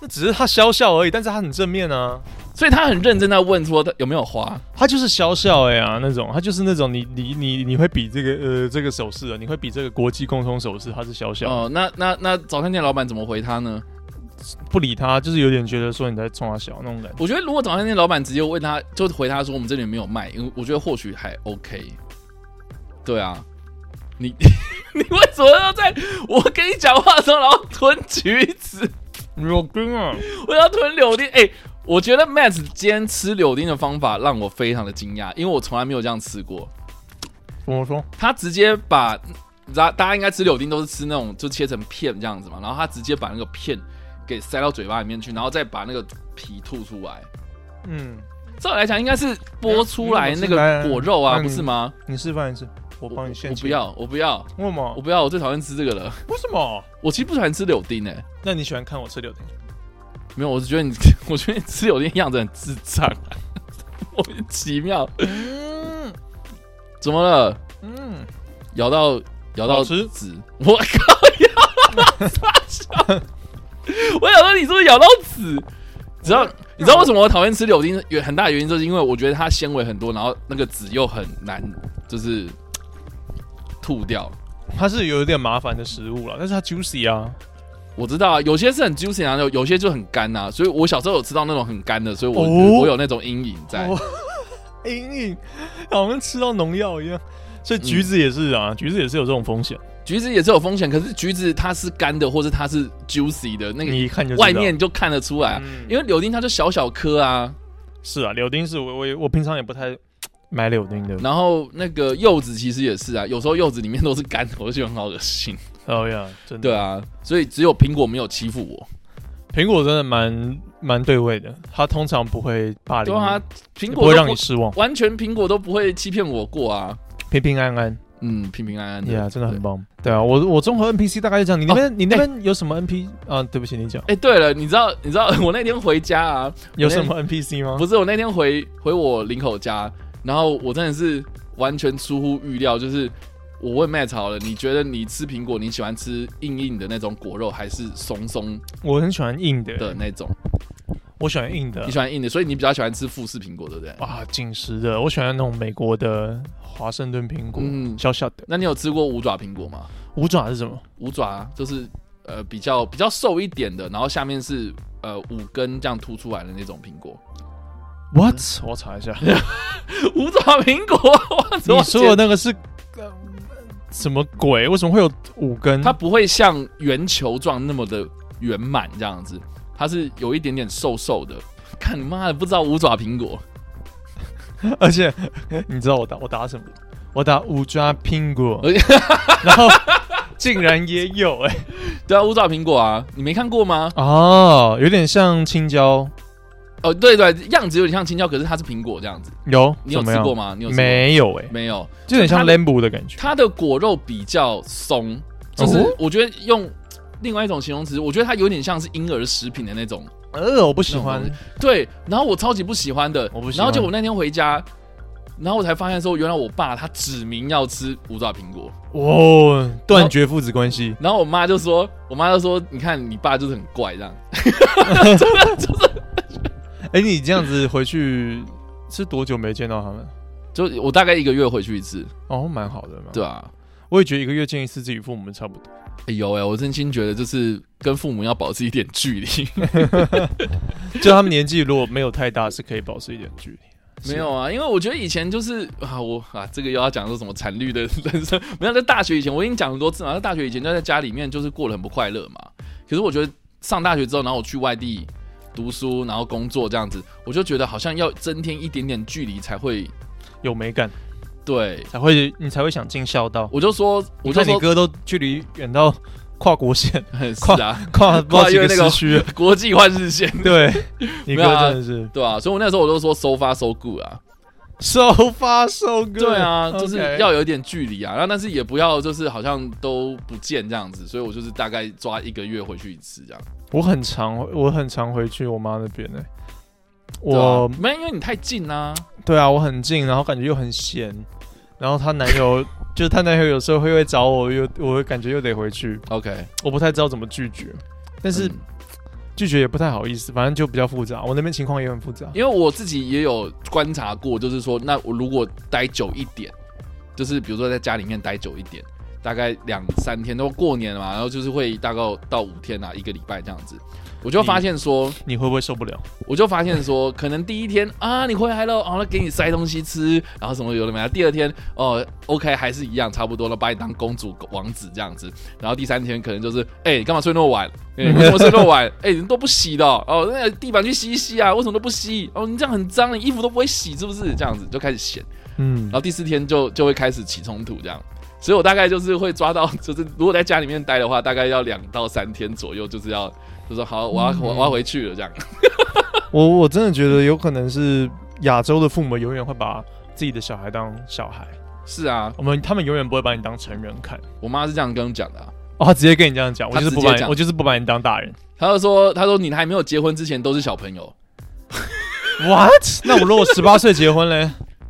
那只是他笑笑而已，但是他很正面啊，所以他很认真在问说他有没有花。他就是笑笑哎啊那种，他就是那种你你你你会比这个呃这个手势啊，你会比这个国际共通手势，他是笑笑，哦，那那那早餐店老板怎么回他呢？不理他，就是有点觉得说你在冲他笑那种感觉。我觉得如果早餐店老板直接问他，就回他说我们这里没有卖，因为我觉得或许还 OK。对啊，你 你为什么要在我跟你讲话的时候，然后吞橘子？柳丁啊，我要吞柳丁。哎、我觉得 Matt 今天吃柳丁的方法让我非常的惊讶，因为我从来没有这样吃过。怎么说？他直接把，大大家应该吃柳丁都是吃那种就切成片这样子嘛，然后他直接把那个片给塞到嘴巴里面去，然后再把那个皮吐出来。嗯，照理来讲，应该是剥出来那个果肉啊，不是吗？你示范一次，我我帮你现我不，要，我不要，为什么我？不要，我最讨厌吃这个了。为什么？我其实不喜欢吃柳丁诶、欸那你喜欢看我吃柳丁？没有，我是觉得你， 我觉得你吃柳丁样子很智障、啊， 莫名其妙。嗯怎么了？嗯，咬到咬到好吃纸，我靠，咬到傻笑。我想说，你是不是咬到纸？你知嗯道你知道为什么我讨厌吃柳丁？原很大原因就是因为我觉得它纤维很多，然后那个纸又很难，就是吐掉。它是有一点麻烦的食物了，但是它 juicy 啊。我知道啊，有些是很 juicy，然后有有些就很干呐、所以我小时候有吃到那种很干的，所以我、哦我有那种阴影在。哦隐隐好像吃到农药一样。所以橘子也是嗯啊，橘子也是有这种风险，橘子也是有风险，可是橘子它是干的，或是它是 juicy 的，那你个一看就知道外面就看得出来啊、嗯因为柳丁它就小小颗啊，是啊，柳丁是我我也我平常也不太买柳丁的。然后那个柚子其实也是啊，有时候柚子里面都是干的，我就觉得很好恶心。哦呀，真的，对啊，所以只有苹果没有欺负我。苹果真的蛮蛮对味的，它通常不会霸凌对你，啊，也苹不果都会让你失望，完全苹果都不会欺骗我过啊。平平安安。嗯，平平安安的。呀、yeah,，真的很棒。对啊，我我综合 NPC 大概就这样。你那边、你那边有什么 NP 啊？对不起，你讲哎、对了，你知道你知道 我那天回家啊，有什么 NPC 吗？不是我那天回回我林口家，然后我真的是完全出乎预料，就是我问 Matt 好了，你觉得你吃苹果你喜欢吃硬硬的那种果肉，还是松松我很喜欢硬的，的那种？我喜欢硬的你喜欢硬的，所以你比较喜欢吃富士苹果，对不对？啊，紧实的，我喜欢那种美国的华盛顿苹果，嗯小小的。那你有吃过五爪苹果吗？五爪是什么？五爪就是呃比较比较瘦一点的，然后下面是呃五根这样凸出来的那种苹果。 What？我查一下。五爪苹果， 我怎么你说的那个是呃什么鬼？为什么会有五根？它不会像圆球状那么的圆满这样子，它是有一点点瘦瘦的。看你妈的，不知道五爪苹 果，而且你知道我打我打什么？我打五爪苹果而，然 后竟然也有哎、对啊，五爪苹果啊，你没看过吗？哦，有点像青椒，哦，对对，样子有点像青椒，可是它是苹果这样子。有你有怎么吃样过吗？你有吃过没有哎、没有？就有点像它的 lembu 的感觉。它的果肉比较松，就是哦我觉得用另外一种形容词，我觉得它有点像是婴儿食品的那种。呃，我不喜欢那种。对，然后我超级不喜欢的，我不喜然后就欢我那天回家，然后我才发现说，原来我爸他指明要吃五爪苹果，哇，哦断绝父子关系。然后我妈就说，我妈就说，你看你爸就是很怪这样，哎、你这样子回去是多久没见到他们？就我大概一个月回去一次，哦，蛮好的嘛。对，啊，我也觉得一个月见一次自己父母差不多。哎呦哎，我真心觉得就是跟父母要保持一点距离。 就他们年纪如果没有太大，是可以保持一点距离。没有啊，因为我觉得以前就是啊，我啊，这个又要讲说什么惨绿的 人生，没有在大学以前，我已经讲很多次嘛，在大学以前就在家里面就是过得很不快乐嘛。可是我觉得上大学之后，然后我去外地读书，然后工作这样子，我就觉得好像要增添一点点距离才会是有美感，对。才会你才会想进孝道。我就说，我我就看你说，哥都距离远到跨国线， 是啊，跨不知道几越个那个时区了。国际换日线，对， 你没有啊哥真的是对啊，所以我那时候我就说，so far so good 啊，收发收割。对啊，就是要 OK 有一点距离啊，然后但是也不要就是好像都不见这样子，所以我就是大概抓一个月回去一次这样。我很常我很常回去我妈那边呢、欸对啊我没有，因为你太近啦、对啊，我很近，然后感觉又很闲，然后她男友 就是她男友有时候会会找我，又我会感觉又得回去， OK，嗯我不太知道怎么拒绝，但但是是、拒绝也不太好意思，反正就比较复杂。我那边情况也很复杂。因为我自己也有观察过，就是说，那我如果待久一点，就是比如说在家里面待久一点，大概两三天，都过年了嘛，然后就是会大概到五天啊，一个礼拜这样子，我就发现说，你会不会受不了？我就发现说，可能第一天啊，你回来了，哦，那给你塞东西吃，然后什么有的没的。第二天哦，OK，还是一样，差不多了，把你当公主王子这样子。然后第三天可能就是，哎、你干嘛睡那么晚？哎、你为什么睡那么晚？哎、你都不洗的哦，哦那个地板去洗一洗啊，为什么都不洗？哦，你这样很脏，你衣服都不会洗，是不是？这样子就开始嫌。嗯然，后第四天就就会开始起冲突这样。所以我大概就是会抓到， 就是如果在家里面待的话，大概要两到三天左右，就是要就说好，我要我我要回去了这样。我我真的觉得有可能是亚洲的父母永远会把自己的小孩当小孩，是啊，我们他们永远不会把你当成人看。我妈是这样跟我讲的、啊，哦，他直接跟你这样讲，我他就是不直接把你，讲我就是不把你当大人。她就说，她说你还没有结婚之前都是小朋友。 What？那我如果十八岁结婚嘞，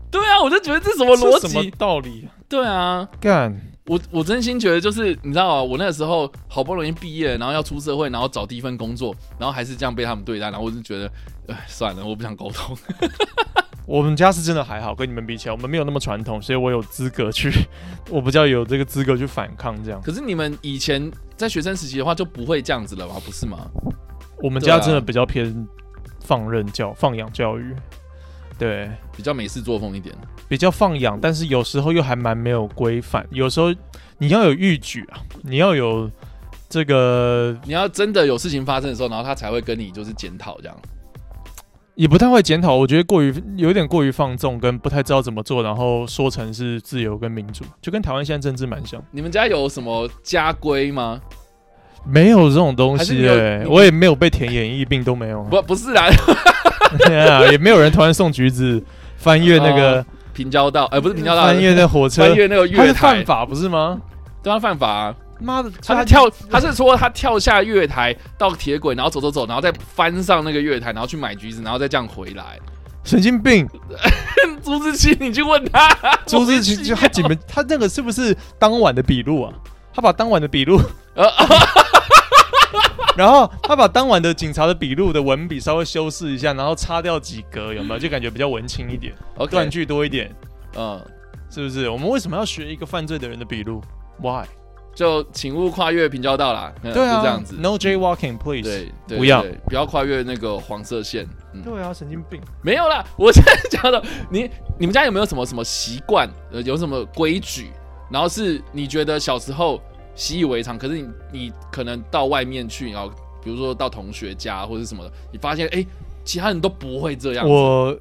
对啊，我就觉得这什么逻 这什么辑？道理？对啊，干，我我真心觉得就是你知道啊，我那个时候好不容易毕业了，然后要出社会，然后找第一份工作，然后还是这样被他们对待，然后我就觉得，哎，算了，我不想沟通。 我们家是真的还好，跟你们比起来，我们没有那么传统，所以我有资格去， 我比较有这个资格去反抗这样。可是你们以前在学生时期的话就不会这样子了吧？不是吗？我们对啊家真的比较偏放任教、放养教育，对，比较美式作风一点。比较放养，但是有时候又还蛮没有规范。有时候你要有预举啊，你要有这个你要真的有事情发生的时候，然后他才会跟你就是检讨这样。也不太会检讨，我觉得过于有点过于放纵，跟不太知道怎么做，然后说成是自由跟民主，就跟台湾现在政治蛮像。你们家有什么家规吗？没有这种东还是西、你有欸，你我也没有被填演艺病都没有啊，不，不是啦， 对啊 也没有人突然送橘子，翻越那个、平交道，哎、不是平交道，翻越那火车翻，越那个它月是犯台，法不是吗？对他犯法、啊。妈的，他是跳，他是说他跳下月台到铁轨，然后走走走，然后再翻上那个月台，然后去买橘子，然后再这样回来。神经病！朱自清，你去问他，朱自清就他几门，他那个是不是当晚的笔录啊？他把当晚的笔录，呃 然后他把当晚的警察的笔录的文笔稍微修饰一下，然后擦掉几格，有没有？就感觉比较文青一点，断，OK，句多一点，嗯，是不是？我们为什么要学一个犯罪的人的笔录？Why？就请勿跨越平交道啦，嗯对啊，就这样子， No jaywalking, please。对，对不要对不要跨越那个黄色线，嗯，对啊，神经病！没有啦，我现在讲的， 你你们家有没有什么什么习惯，呃，有什么规矩？然后是你觉得小时候习以为常，可是你你可能到外面去，然后比如说到同学家或者什么的，你发现哎、诶其他人都不会这样子，我，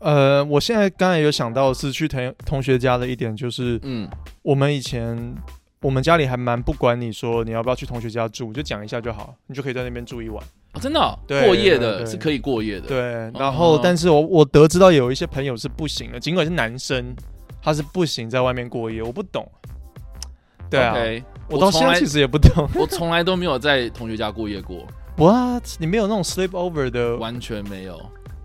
呃，我现在刚才有想到是去同同学家的一点，就是嗯我们以前我们家里还蛮不管你说你要不要去同学家住，就讲一下就好，你就可以在那边住一晚。哦真的哦、对过夜对的对是可以过夜的，对，哦然后但是我我得知到有一些朋友是不行的，尽管是男生，他是不行在外面过夜，我不懂。对啊 OK，我到从现在来其实也不懂。 我从来都没有在同学家过夜过， What？你没有那种 sleepover 的？完全没有。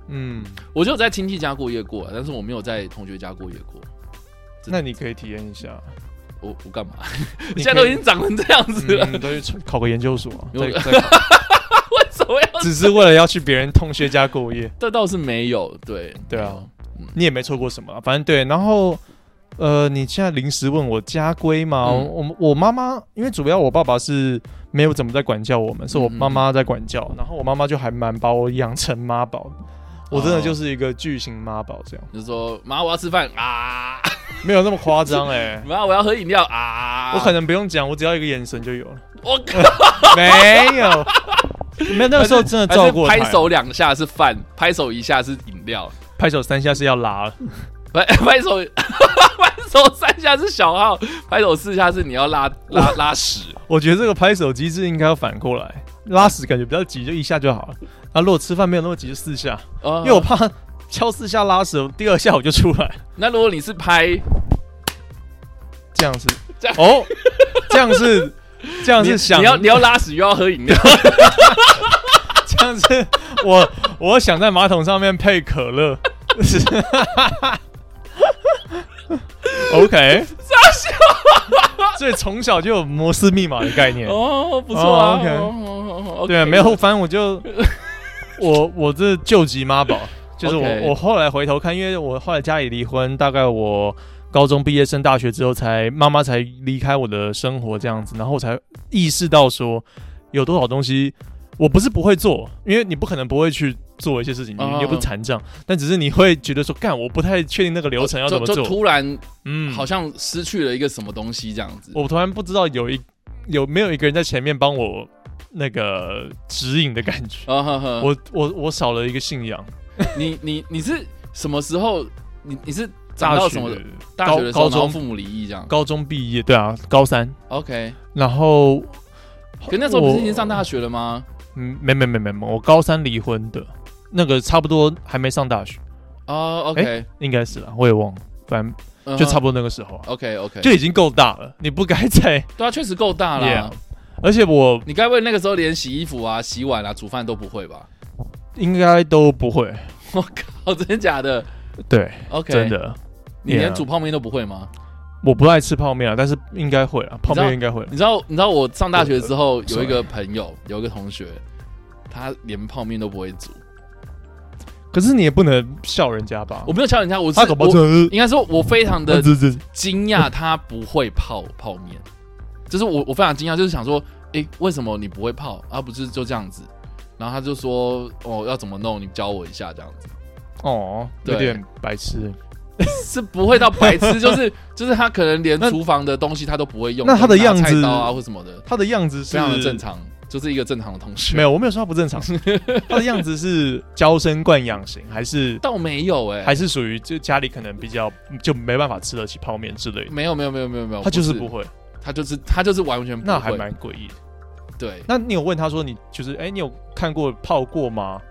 嗯，我就在亲戚家过夜过，但是我没有在同学家过夜过。真那你可以体验一下。我我干嘛？你 现在都可已以经长成这样子了，嗯，都去考个研究所，有 再再考为什么要？ 只是为了要去别人同学家过 夜。这倒是没有，对对啊，你也没错过什么啊，反正对。然后，呃，你现在临时问我家规嘛，嗯我我妈妈，因为主要我爸爸是没有怎么在管教我们，是我嗯嗯妈妈在管教，然后我妈妈就还蛮把我养成妈宝的。我真的就是一个巨型妈宝，这样就说妈，我要吃饭啊，。没有那么夸张 哎妈，我要喝饮料啊，我可能不用讲，我只要一个眼神就有 了。我 没有，没有那个时候真的还是照过拍她手两下是饭，拍手一下是饮料，拍手三下是要拉了。拍 拍手拍手三下是小号，拍手四下是你要拉拉拉 屎。我觉得这个拍手机制应该要反过来，拉屎感觉比较急，就一下就好了。啊，如果吃饭没有那么急，就四下，因因为我怕敲四下拉屎，第二下我就出来，那如果你是拍这样子这样，哦，这样是这样你是想你要你要拉屎又要喝饮料，这样是我我想在马桶上面配可 乐。 是 OK，所以从小就有摩斯密码的概念。哦，不错啊哦，OK 哦哦哦，OK 对，啊没有，反正我就我我这救急 妈宝，就是我 OK 我后来回头看，因为我后来家里离婚，大概我高中毕业升大学之后才，妈妈才离开我的生活这样子，然后我才意识到说有多少东西我不是不会做，因为你不可能不会去。做一些事情，你嗯你又不是残障，但只是你会觉得说，干，我不太确定那个流程要怎么就就做。突然嗯，好像失去了一个什么东西这样子。我突然不知道有一有没有一个人在前面帮我那个指引的感觉。啊呵呵，我我我少了一个信仰，你你你是什么时候？你你是长大到学什么的？大大学学的时候，高高中然后父母离异这样。高中毕业，对啊，高三， OK，然后可那时候不是已经上大学？学了吗？嗯，没没没没没，我高三离婚的，那个差不多还没上大学，哦，OK，嗯应该是啦，我也忘了，反正就差不不多那个时候啊， OK OK，就已经够大了，你不该再，对啊，确实够大了 Yeah。而且我你该不会那个时候连洗衣服啊、洗碗啊、煮饭都不会吧？ 应该都不会，我靠，真的假的对， ？OK，真，的，你连 Yeah 煮泡面都不会吗？我不爱吃泡面啊，但是应该会啊，泡你知道面应该会啊，你知道，你知道我上大学之后有一 sorry 个朋友，有一个同学，他连泡面都不会煮。可是你也不能笑人家吧我？没有敲人家，我是他搞不好我真的应该说，我非常的这这这惊讶他不会泡泡面，就是我我非常惊讶，就是想说，诶，为什么你不会泡？而、啊、不是就这样子？然后他就说，哦，要怎么弄？你教我一下，这样子哦，有对点白痴。是不会到白 痴，就是就是他可能连厨房的东西他都不会用，那他的可能拿样子菜刀啊或什么的，他的样子是非常的正常，就是一个正常的同学，没有，我没有说他不 正常，他的样子是娇生惯养型，还是倒没有诶，还是属于就家里可能比较就没办法吃得起泡面之类的，没有没有没有没有没有，他就是哦不不，会，他就是他就是完全不会，那还蛮诡异的。对，那你有问他说你就是哎、你有看过泡过吗？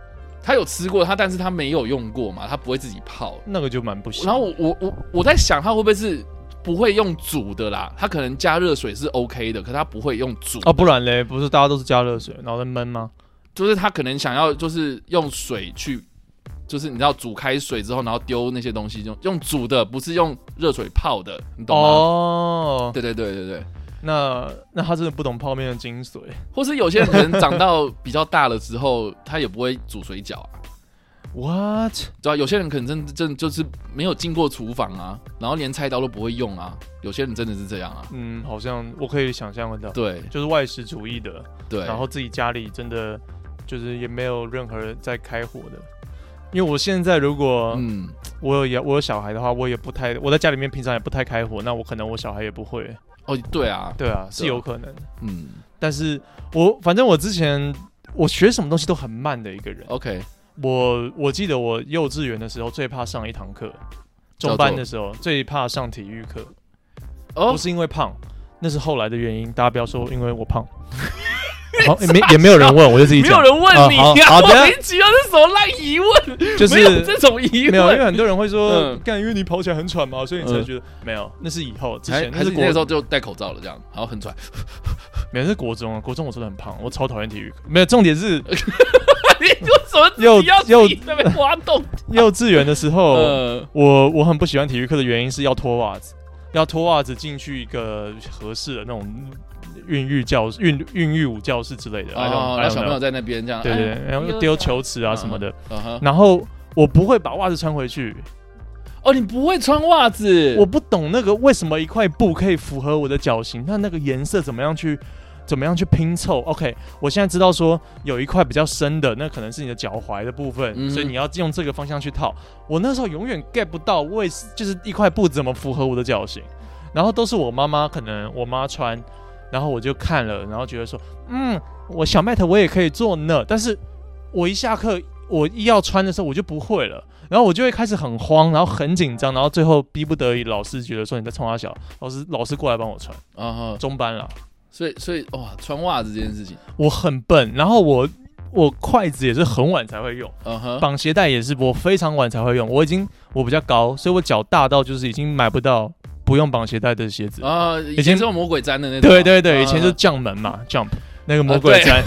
他有吃过他，但是他没有用过嘛，他不会自己泡，那个就蛮不行。然后我我我我在想，他会不会是不会用煮的啦？他可能加热水是 OK 的，可他不会用煮哦，不然嘞，不是大家都是加热水，然后在闷吗？就是他可能想要就是用水去就是你知道煮开水之后，然后丢那些东西，用用煮的，不是用热水泡的，你懂吗？哦，对对对对对，那那他真的不懂泡面的精髓或是有些人可能长到比较大了之后，他也不会煮水饺啊， ，what？对吧、啊有些人可能真真就是没有进过厨房啊，然后连菜刀都不会用啊，有些人真的是这样啊，嗯，好像我可以想象得到，对就是外食主义的，对，然后自己家里真的就是也没有任何人在开火的。因为我现在如果嗯，我有也我有小孩的话，我也不太我在家里面平常也不太开火，那我可能我小孩也不会。哦对啊，对啊，是有可能。嗯但是我反正我之前我学什么东西都很慢的一个人。 ，OK，我我记得我幼稚园的时候最怕上一堂课，叫做中班的时候最怕上体育课，哦不是因为胖，那是后来的原因。大家不要说因为 我胖，好、也没也没有人问，我就自己没有讲，人问你啊好呀、好莫等下名其妙这什么烂疑问？就是没有这种 疑没有，因为问，很多人会说嗯，干、因为你跑起来很喘嘛，所以你才嗯觉得、没有，那是以后之还前还是那你国那时候就戴口罩了，这样，然后很喘。没有那是国中啊，国中我真的很胖，我超讨厌体育课，没有，重点是 你为 什么自己又要又自己在那边挖洞？幼稚园的 时候。 呃，我我很不喜欢体育课的原因是要脱袜子，要脱袜子进去一个合适的那种孕育教孕孕育舞教室之类的，然后哦然还后有小朋友在啊那边这样，哎对对，对然后哎又丢球池啊嗯什么的，嗯哼然后我不会把袜子穿回去，哦，你不会穿袜子，我不懂那个为什么一块布可以符合我的脚型，那那个颜色怎么样去？怎么样去拼凑？OK，我现在知道说有一块比较深的，那可能是你的脚踝的部分，嗯哼所以你要用这个方向去套。我那时候永远 get 不到为就是一块布怎么符合我的脚型，然后都是我妈妈可能我妈穿，然后我就看了，然后觉得说，嗯，我小麦头我也可以做呢，但是我一下课我一要穿的时候我就不会了。然后我就会开始很慌，然后很紧张，然后最后逼不得已，老师觉得说你在冲他小，老师老师过来帮我穿啊哈，中班了，所以所以哇，穿袜子这件事情，我很笨，然后我我筷子也是很晚才会用，嗯哼，绑鞋带也是我非常晚才会用，我已经我比较高，所以我脚大到就是已经买不到不用绑鞋带的鞋子。啊，以以前前是有魔鬼毡的那种啊，对对对，啊哦以前是，降门嘛，jump 那个魔鬼毡，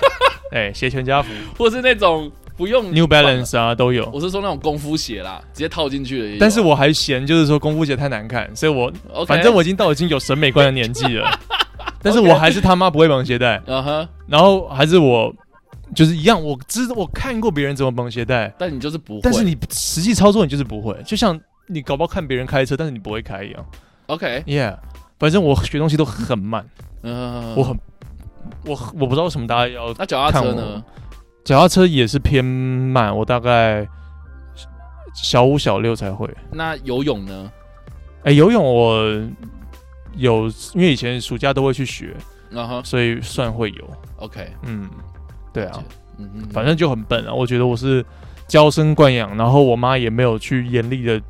哎，鞋 全家福或是那种不用，New Balance 啊都有。我是说那种功夫鞋啦，直接套进去的也有啊。但是我还嫌就是说功夫鞋太难看，所以我哦 OK，反正我已经到已经有审美观的年纪 了，但是我还是他妈不会绑鞋带，嗯哼，然后还是我就是一样，我知我看过别人怎么绑鞋带，但你就是不会。但是你实际操作你就是不会，就像你搞不好看别人开车，但是你不会开一样。 OK， Yeah，反正我学东西都很慢，嗯，我很我我不知道为什么大家要那脚踏车呢看？脚踏车也是偏慢，我大概小五小六才会。那游泳呢？哎、游泳我有，因为以前暑假都会去学，然后所以算会游。呃 OK，嗯，对啊，嗯嗯，反正就很笨啊。我觉得我是娇生惯养，然后我妈也没有去严厉的，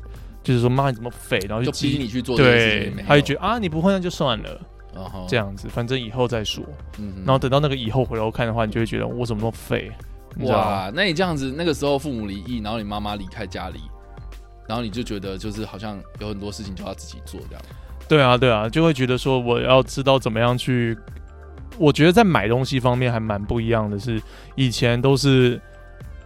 就是说妈你怎么肥，然后就去逼激。你去做这件事情也对没，有，她就觉得啊你不会那就算了，然后这，样子，反正以后再说。嗯哼然后等到那个以后回头看的话，你就会觉得我怎么那么废，你知道吗？哇，那你这样子，那个时候父母离异，然后你妈妈离开家里，然后你就觉得就是好像有很多事情就要自己做这样。对啊，对啊，就会觉得说我要知道怎么样去。我觉得在买东西方面还蛮不一样的是，以前都是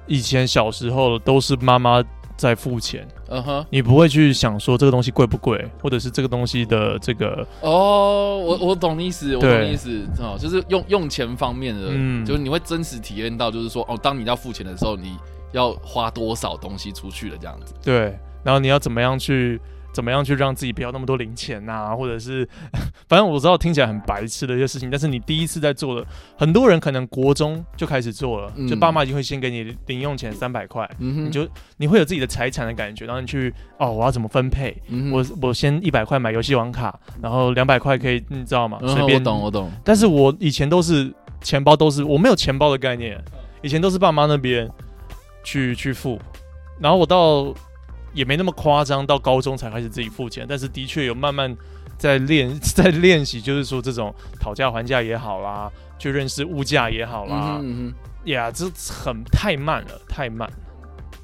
以前小时候都是妈妈在付钱，嗯哼，你不会去想说这个东西贵不贵，或者是这个东西的这个哦，我我懂你意思，我懂对你意思，哦，就是用用钱方面的，嗯就是你会真实体验到，就是说，哦，当你要付钱的时候，你要花多少东西出去了这样子。对，然后你要怎么样去怎么样去让自己不要那么多零钱呐、或者是 反正我知道听起来很白痴的一些事情，但是你第一次在做的，很多人可能国中就开始做了，嗯就爸妈已经会先给你零用钱三百块，嗯哼，你就你会有自己的财产的感觉，然后你去哦，我要怎么分配？嗯哼我我先一百块买游戏王卡，然后两百块可以，你知道吗？嗯随哼便。我懂，我懂。但是我以前都是钱包都是我没有钱包的概念，以前都是爸妈那边去去付，然后我到也没那么夸张，到高中才开始自己付钱，但是的确有慢慢在练在练习，就是说这种讨价还价也好啦，去认识物价也好啦，嗯哼嗯呀，这很太慢了，太慢，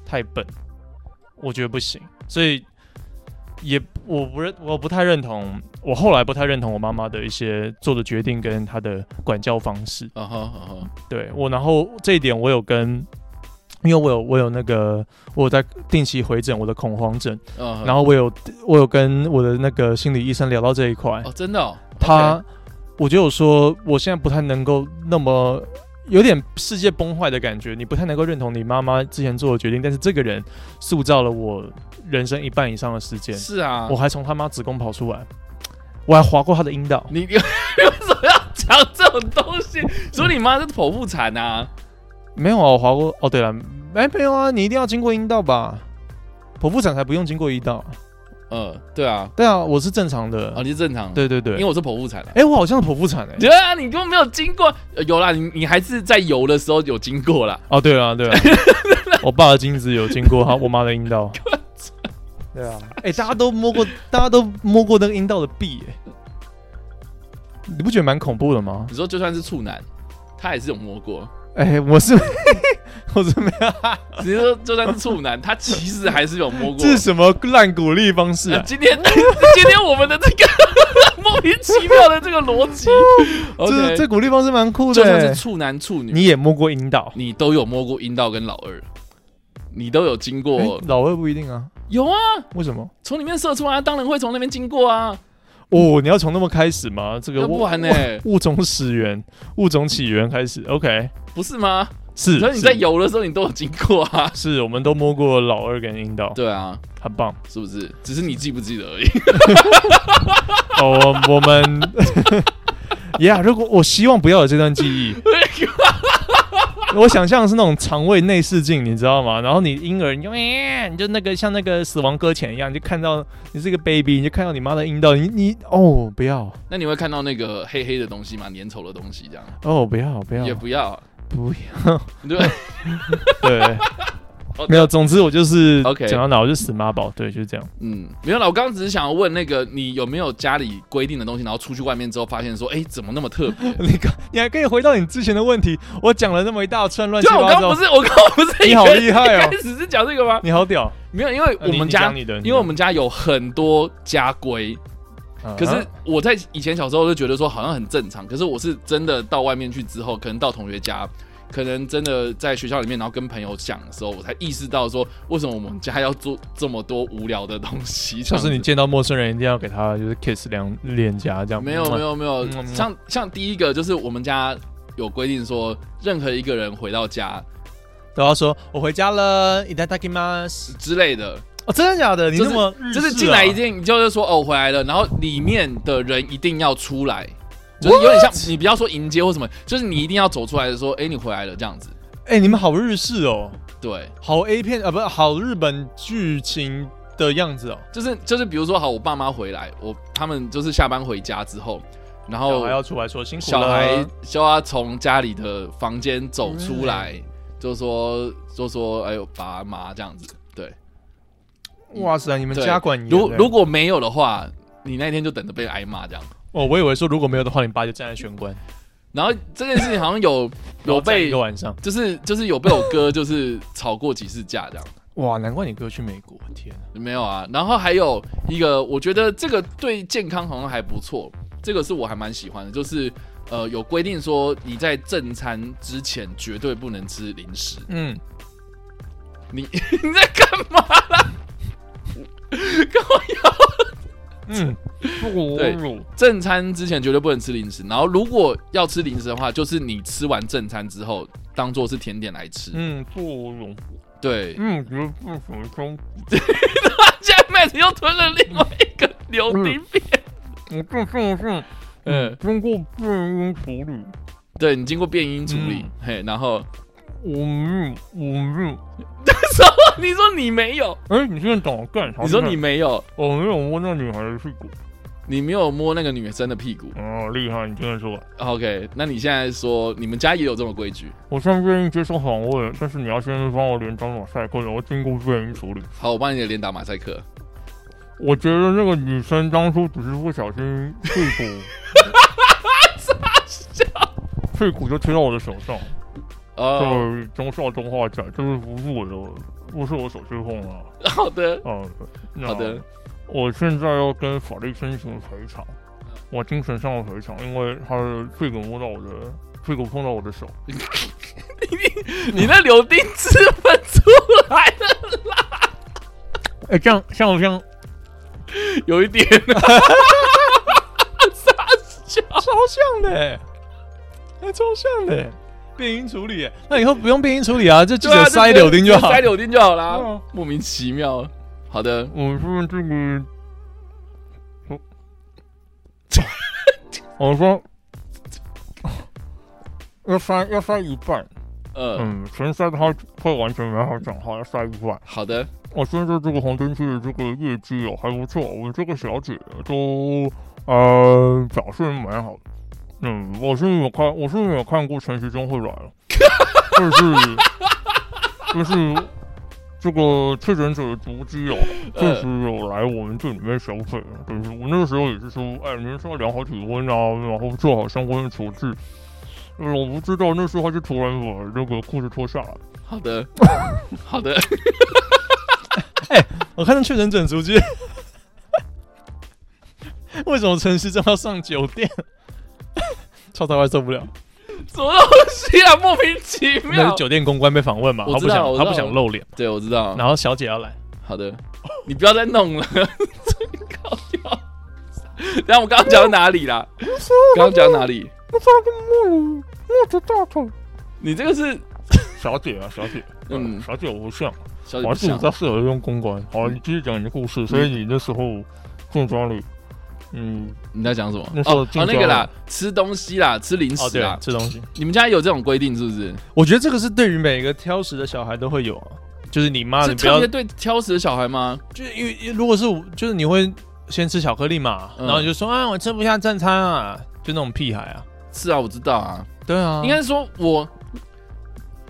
太笨，我觉得不行，所以也我不认，我不太认同，我后来不太认同我妈妈的一些做的决定跟她的管教方式。嗯哼，啊哈啊哈，对我，然后这一点我有跟因为我有我有那个我有在定期回诊我的恐慌症，嗯，然后我有我有跟我的那个心理医生聊到这一块，哦，真的、哦，他我就有说我现在不太能够那么。有点世界崩坏的感觉，你不太能够认同你妈妈之前做的决定，但是这个人塑造了我人生一半以上的时 OK 间，是啊，我还从他妈子宫跑出来，我还划过他的阴道，你你 为什么要讲这种东西？说你妈是剖腹产啊？没有啊，我划过。哦，对了，哎，没有啊，你一定要经过阴道吧？剖腹产才不用经过阴道。嗯，对啊，对啊，我是正常的。哦，你是正常的，对对对，因为我是剖腹产的、啊哎，我好像是剖腹产哎、对啊，你根本没有经过，呃有啦，你你还是在游的时候有经过啦。哦，对啊， 对啊，我爸的精子有经过他我妈的阴道。对啊，哎，大家都摸过，大家都摸过那个阴道的壁、哎，你不觉得蛮恐怖的吗？你说就算是处男，他也是有摸过。哎，我是 我是没有，只是说就算是处男，他其实还是有摸过。这是什啊么烂鼓励方式、呃 啊？今天 今天我们的这个 莫名其妙的这个逻辑这，OK，哦这鼓励方式蛮酷的、就算是哎处男处女，你也摸过阴道？你都有摸过阴道跟老二，你都有经过哎，老二不一定啊，有啊，为什么？从里面射出来，当然会从那边经过啊，哦，你要从那么开始吗？这个要物不然呢、物种始源、物种起源开始，OK，不是吗？是。所以你在是，游的时候，你都有经过啊。 是我们都摸过老二跟阴道，对啊，很棒。是不是？只是你记不记得而已。 哦，我我们，Yeah，如果我希望不要有这段记 忆。我想象的是那种肠胃内视镜，你知道吗？然后你婴儿，你就、你就那个像那个死亡搁浅一样，你就看到你是一个 baby，你就看到你妈的阴道，你你哦不要那你会看到那个黑黑的东西吗？粘稠的东西这样，哦不要不要也不要，啊不对不 对？ 对好的，没有。总之我就是啊 OK 讲到哪我就死妈宝，对，就是这样。 嗯，没有啦，我刚刚只是想要问那个，你有没有家里规定的东西，然后出去外面之后发现说，哎，怎么那么特别？你刚你还可以回到你之前的问题，我讲了那么一大串 乱七对啊，我八刚刚糟不，是，我刚刚不是你好厉害哦一开始是讲这个吗？你好屌。没有，因为我呃你们你家讲，你的，因为我们家有很多家规，啊可是我在以前小时候就觉得说好像很正常，可是我是真的到外面去之后，可能到同学家，可能真的在学校里面，然后跟朋友讲的时候，我才意识到说为什么我们家要做这么多无聊的东西。 像是你这见到陌生人一定要给他就是 kiss 两脸颊这样样。子没有没有没有嗯，嗯像像第一个就是我们家有规定说，任何一个人回到家都要说我回家了，いただきます。之类的，哦，真的假的？你就是那么日式啊就是进来一定你就是说哦我回来了，然后里面的人一定要出来，就是有点像你不要说迎接或什么，就是你一定要走出来说哎、你回来了这样子，哎，你们好日式哦，对，好 A 片啊，不是好日本剧情的样子哦。就是就是比如说好我爸妈回来，我他们就是下班回家之后，然小后孩要出来说辛苦小了，孩就要从家里的房间走出来，就说就说哎呦爸妈这样子，对，哇塞，你们对家管严。如果如果果没有的话，你那天就等着被挨骂这样。哦，我以为说如果没有的话，你爸就站在玄关，然后这件事情好像 有然后有站被一个晚上。就是就是有被我哥就是吵过几次架这样，哇，难怪你哥去美国，天啊！没有啊。然后还有一个，我觉得这个对健康好像还不错，这个是我还蛮喜欢的，就是呃有规定说你在正餐之前绝对不能吃零食。嗯， 你你在干嘛啦？跟我嗯，对正餐之前绝对不能吃零食，然后如果要吃零食的话，就是你吃完正餐之后当做是甜点来吃。嗯，不容，对， 嗯，不不中，现在 Matt 又吞了另外一嗯个柳丁片。我这正是嗯，经过不容处理。对你经过变音处理，嗯嘿，然后 我没有，我没有。你说你没有，哎，你现在长得干啥？你说你没有，我没有摸那女孩的屁股。你没有摸那个女生的屁股。哦，厉害！你真的说， OK，那你现在说你们家也有这种规矩？我虽然愿意接受访问，但是你要先帮我连张马赛克，然后经过变音处理。好，我帮你的脸打马赛克。我觉得那个女生当初只是不小心屁 股，屁股就贴到我的手上。哦，在中校动画展，这个不是我的，不是我所失控啊。好的，嗯，那好的，我现在要跟法律申请赔偿，我精神上的赔偿，因为他的屁股摸到我的屁股碰到我的手，你那柳丁汁喷出来了，哎、这样像不像 有一点 超像的、欸，还超像的、欸，变音处理欸、那以后不用变音处理啊， 就记对得啊塞直接柳丁就好。塞柳丁就好啦嗯，莫名其妙。好的，我说这个，我 我说要塞要塞一半，呃，嗯，全塞它会完全没好讲话，要塞一半。好的，我现在这个红灯区的这个业绩哦还不错，我这个小姐都呃表现蛮好的。嗯，我是有看，我是有看过陈时中会来了，但是就是这个确诊者的足迹哦，确实有来我们这里面消费。但是我那个时候也是说，哎，您说要量好体温啊，然后做好相关的处置。呃，我不知道那时候他就突然把那个裤子脱下来，好的，好的， 我看到确诊整足迹， 为什么陈市正要上酒店？超台湾受不了，什么东西啊？莫名其那妙是。酒店公关被访问嘛，他我不知道想我知他道不想露脸，对，我知道。然后小姐要来，好的，你不要再弄了， 真搞笑。然后我刚刚讲到哪里啦？刚刚讲到哪里？我抓个墨鲁墨着大腿，你这个是小姐啊小姐，嗯嗯，小姐我不像，小姐我还不是比像嗯较适合用公关。好，你继续讲你的故事，所以你那时候进家里，嗯，你在讲什么？那时候哦进哦，那教个了啦，吃东西啦，吃零哦食对啦，，吃东西，你们家有这种规定是不是？我觉得这个是对于每个挑食的小孩都会有啊，就是你妈是你不特要别对挑食的小孩吗？就是因为因为如果是我就是你会先吃巧克力嘛，嗯然后你就说啊我吃不下正餐啊，就那种屁孩啊，是啊，我知道啊。对 啊，应该说我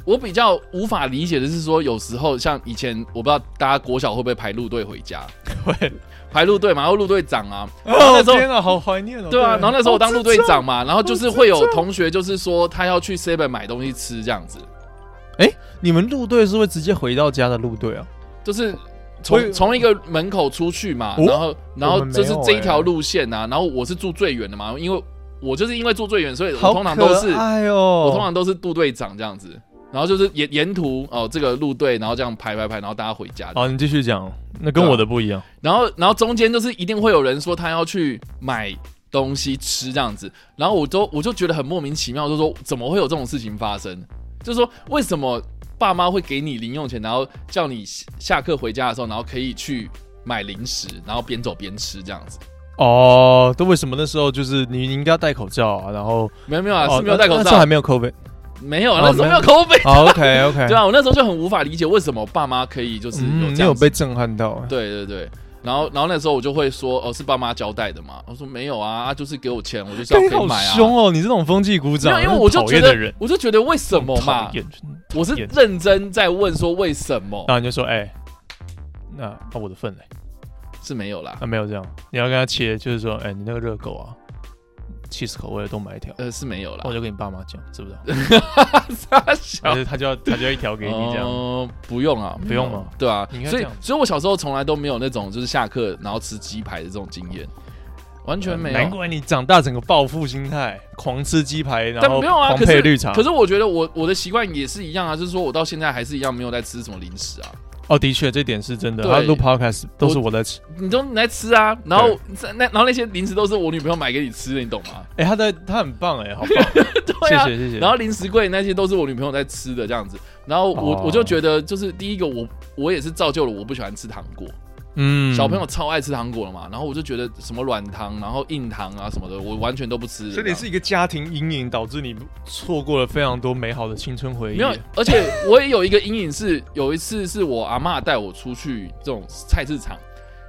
我比较无法理解的是说，有时候像以前，我不知道大家国小会不会排路队回家，会。排路队嘛，然后路队长啊， 哦那时候天啊，好怀念哦。对啊，然后那时候我当好路队长嘛，然后就是会有同学就是说他要去 seven 买东西吃这样子，智障，你们路队是会直接回到家的路队啊？就是我从以从一个门口出去嘛，哦然后然后我们没就是有这一条欸路线啊，然后我是住最远的嘛，因为我就是因为住最远，所以我通常都是哎呦，我我通常都是部队长这样子，然后就是沿沿途哦这个路队，然后这样排排排，然后大家回家，好，你继续讲，那啊跟我的不一样。然后然后中间就是一定会有人说他要去买东西吃这样子，然后我都我就觉得很莫名其妙，就说怎么会有这种事情发生？就是说为什么爸妈会给你零用钱，然后叫你下下课回家的时候，然后可以去买零食，然后边走边吃这样子？哦，都为什么那时候就是你你应该要戴口罩啊？然后没有没有啊，哦是没有戴口那时候罩还，没 有 COVID。没有啊，哦那时候没有口 碑。好，OK OK，对啊，我那时候就很无法理解为什么爸妈可以就是有这样嗯，子你有被震撼到啊？对对对，然后然后那时候我就会说，哦，是爸妈交代的嘛。我说没有啊，啊就是给我钱，我就是要可你以好买啊。凶哦！你这种风纪鼓没掌，有，因为我就讨觉厌得的人，，我就觉得为什么嘛讨？厌我是讨厌认真在问说为什么然后你就说，哎、那那我的份嘞？是没有啦那、，没有这样，你要跟他切，就是说，哎、你那个热狗啊，cheese 口味的多买一条，呃是没有啦我，就跟你爸妈讲，知不 知道？傻小但。哦是他就要他就要一条给你这样，哦不用啊，不没有用吗？对啊你应，该所以这样所以我小时候从来都没有那种就是下课然后吃鸡排的这种经验，完全没有。难怪你长大整个暴富心态，狂吃鸡排，然但后没有啊，狂可配是绿茶。可是我觉得我我的习惯也是一样啊，就是说我到现在还是一样没有在吃什么零食啊。哦，的确这点是真的。对他录 podcast 都是我在吃，你都你来吃啊，然后那然后那些零食都是我女朋友买给你吃的，你懂吗？哎、他在他很棒哎、好棒， 对啊。谢谢谢谢。然后零食柜那些都是我女朋友在吃的这样子，然后我、哦我就觉得就是第一个我我也是造就了我不喜欢吃糖果，嗯小朋友超爱吃糖果了嘛，然后我就觉得什么软糖，然后硬糖啊什么的，我完全都不吃。所以你是一个家庭阴影，导致你错过了非常多美好的青春回忆。没 有，而且我也有一个阴影是，有一次是我阿嬷带我出去这种菜市场，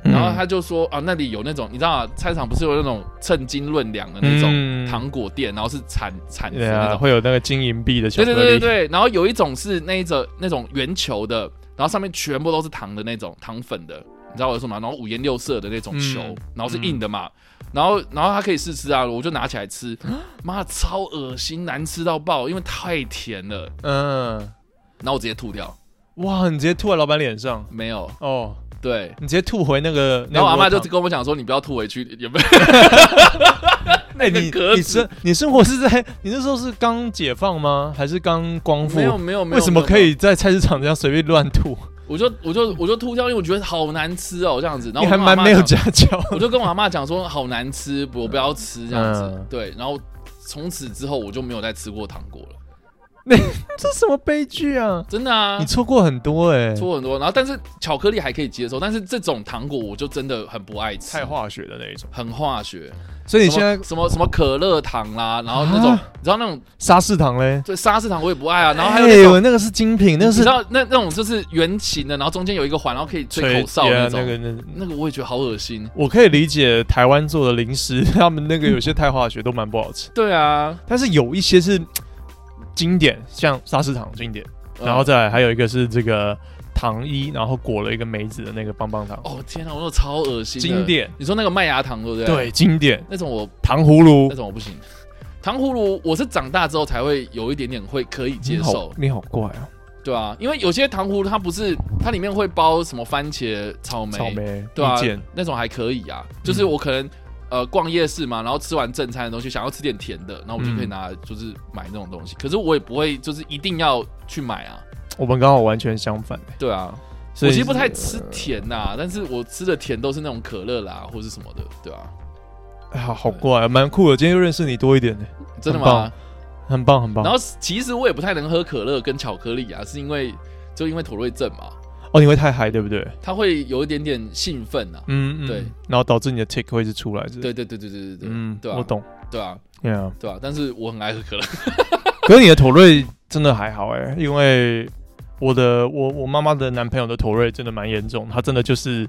嗯，然后她就说啊那里有那种你知道、啊、菜市场不是有那种称斤论两的那种嗯糖果店，然后是铲铲子对那啊，种。会有那个金银币的巧对克对对力，对对，然后有一种是那一种那种圆球的，然后上面全部都是糖的那种糖粉的，你知道我说什么？然后五颜六色的那种球，嗯然后是硬的嘛，然后然后它可以试吃啊，我就拿起来吃，妈超恶心，难吃到爆，因为太甜了，嗯，然后我直接吐掉，哇，你直接吐在老板脸上没有，哦，对。你直接吐回那个，然后我阿妈妈就跟我讲说：“你不要吐回去，有没有？”哎，个你格你子生你生活是在你那时候是刚解放吗？还是刚光复？没有没有没有，为什没么有可？以在菜市场这样随便乱吐？我就我就我就吐掉，因为我觉得好难吃哦，这样子。然后你我还跟我蛮妈没有讲家教。 我就跟我阿妈讲说好难吃，我不要吃这样子。嗯对，然后从此之后我就没有再吃过糖果了，这什么悲剧啊！真的啊你。错过很多哎、错很多，然后但是巧克力还可以接受，但是这种糖果我就真的很不爱吃，太化学的那一种。很化学。所以你现在什么什么可乐糖啦，然后那种、啊你知道那种沙士糖嘞？对沙士糖我也不爱啊，然后还有哎那种、我那个是精品，那个你是知道那那种就是圆形的，然后中间有一个环，然后可以吹口哨呀种，啊那个那个那个我也觉得好恶心。我可以理解台湾做的零食， 他们那个有些太化学都蛮不好吃，对啊，但是有一些是经典，像沙士糖经典，嗯然后再来还有一个是这个糖衣，然后裹了一个梅子的那个棒棒糖，哦天啊，我那个超恶心的。经典，你说那个麦芽糖对不对？，对，经典那种我糖葫芦那，种我不行。糖葫芦我是长大之后才会有一点点会可以接你受好，，你好怪啊，对啊，因为有些糖葫芦它不是它里面会包什么番茄、草莓，草莓，嗯对啊蜜饯，那种还可以啊。就是我可能、呃逛夜市嘛，然后吃完正餐的东西，想要吃点甜的，那我就可以嗯拿就是买那种东西。可是我也不会就是一定要去买啊，我们刚好完全相反、欸，对啊。我所以其实不太吃甜呐、但是我吃的甜都是那种可乐啦，或是什么的，对啊，哎呀，好怪、啊，蛮酷的。今天又认识你多一点呢、真的很吗棒？很棒，很棒。然后其实我也不太能喝可乐跟巧克力啊，是因为就因为妥瑞症嘛，哦，你会太嗨，对不对？它会有一点点兴奋啊。嗯，嗯对。然后导致你的 tick 会一直出来，是？对对对对对对对，嗯，对啊我懂。对啊 Yeah，对啊，但是我很爱喝可乐。 可是你的妥瑞真的还好哎、因为我的我我妈妈的男朋友的妥瑞真的蛮严重，他真的就是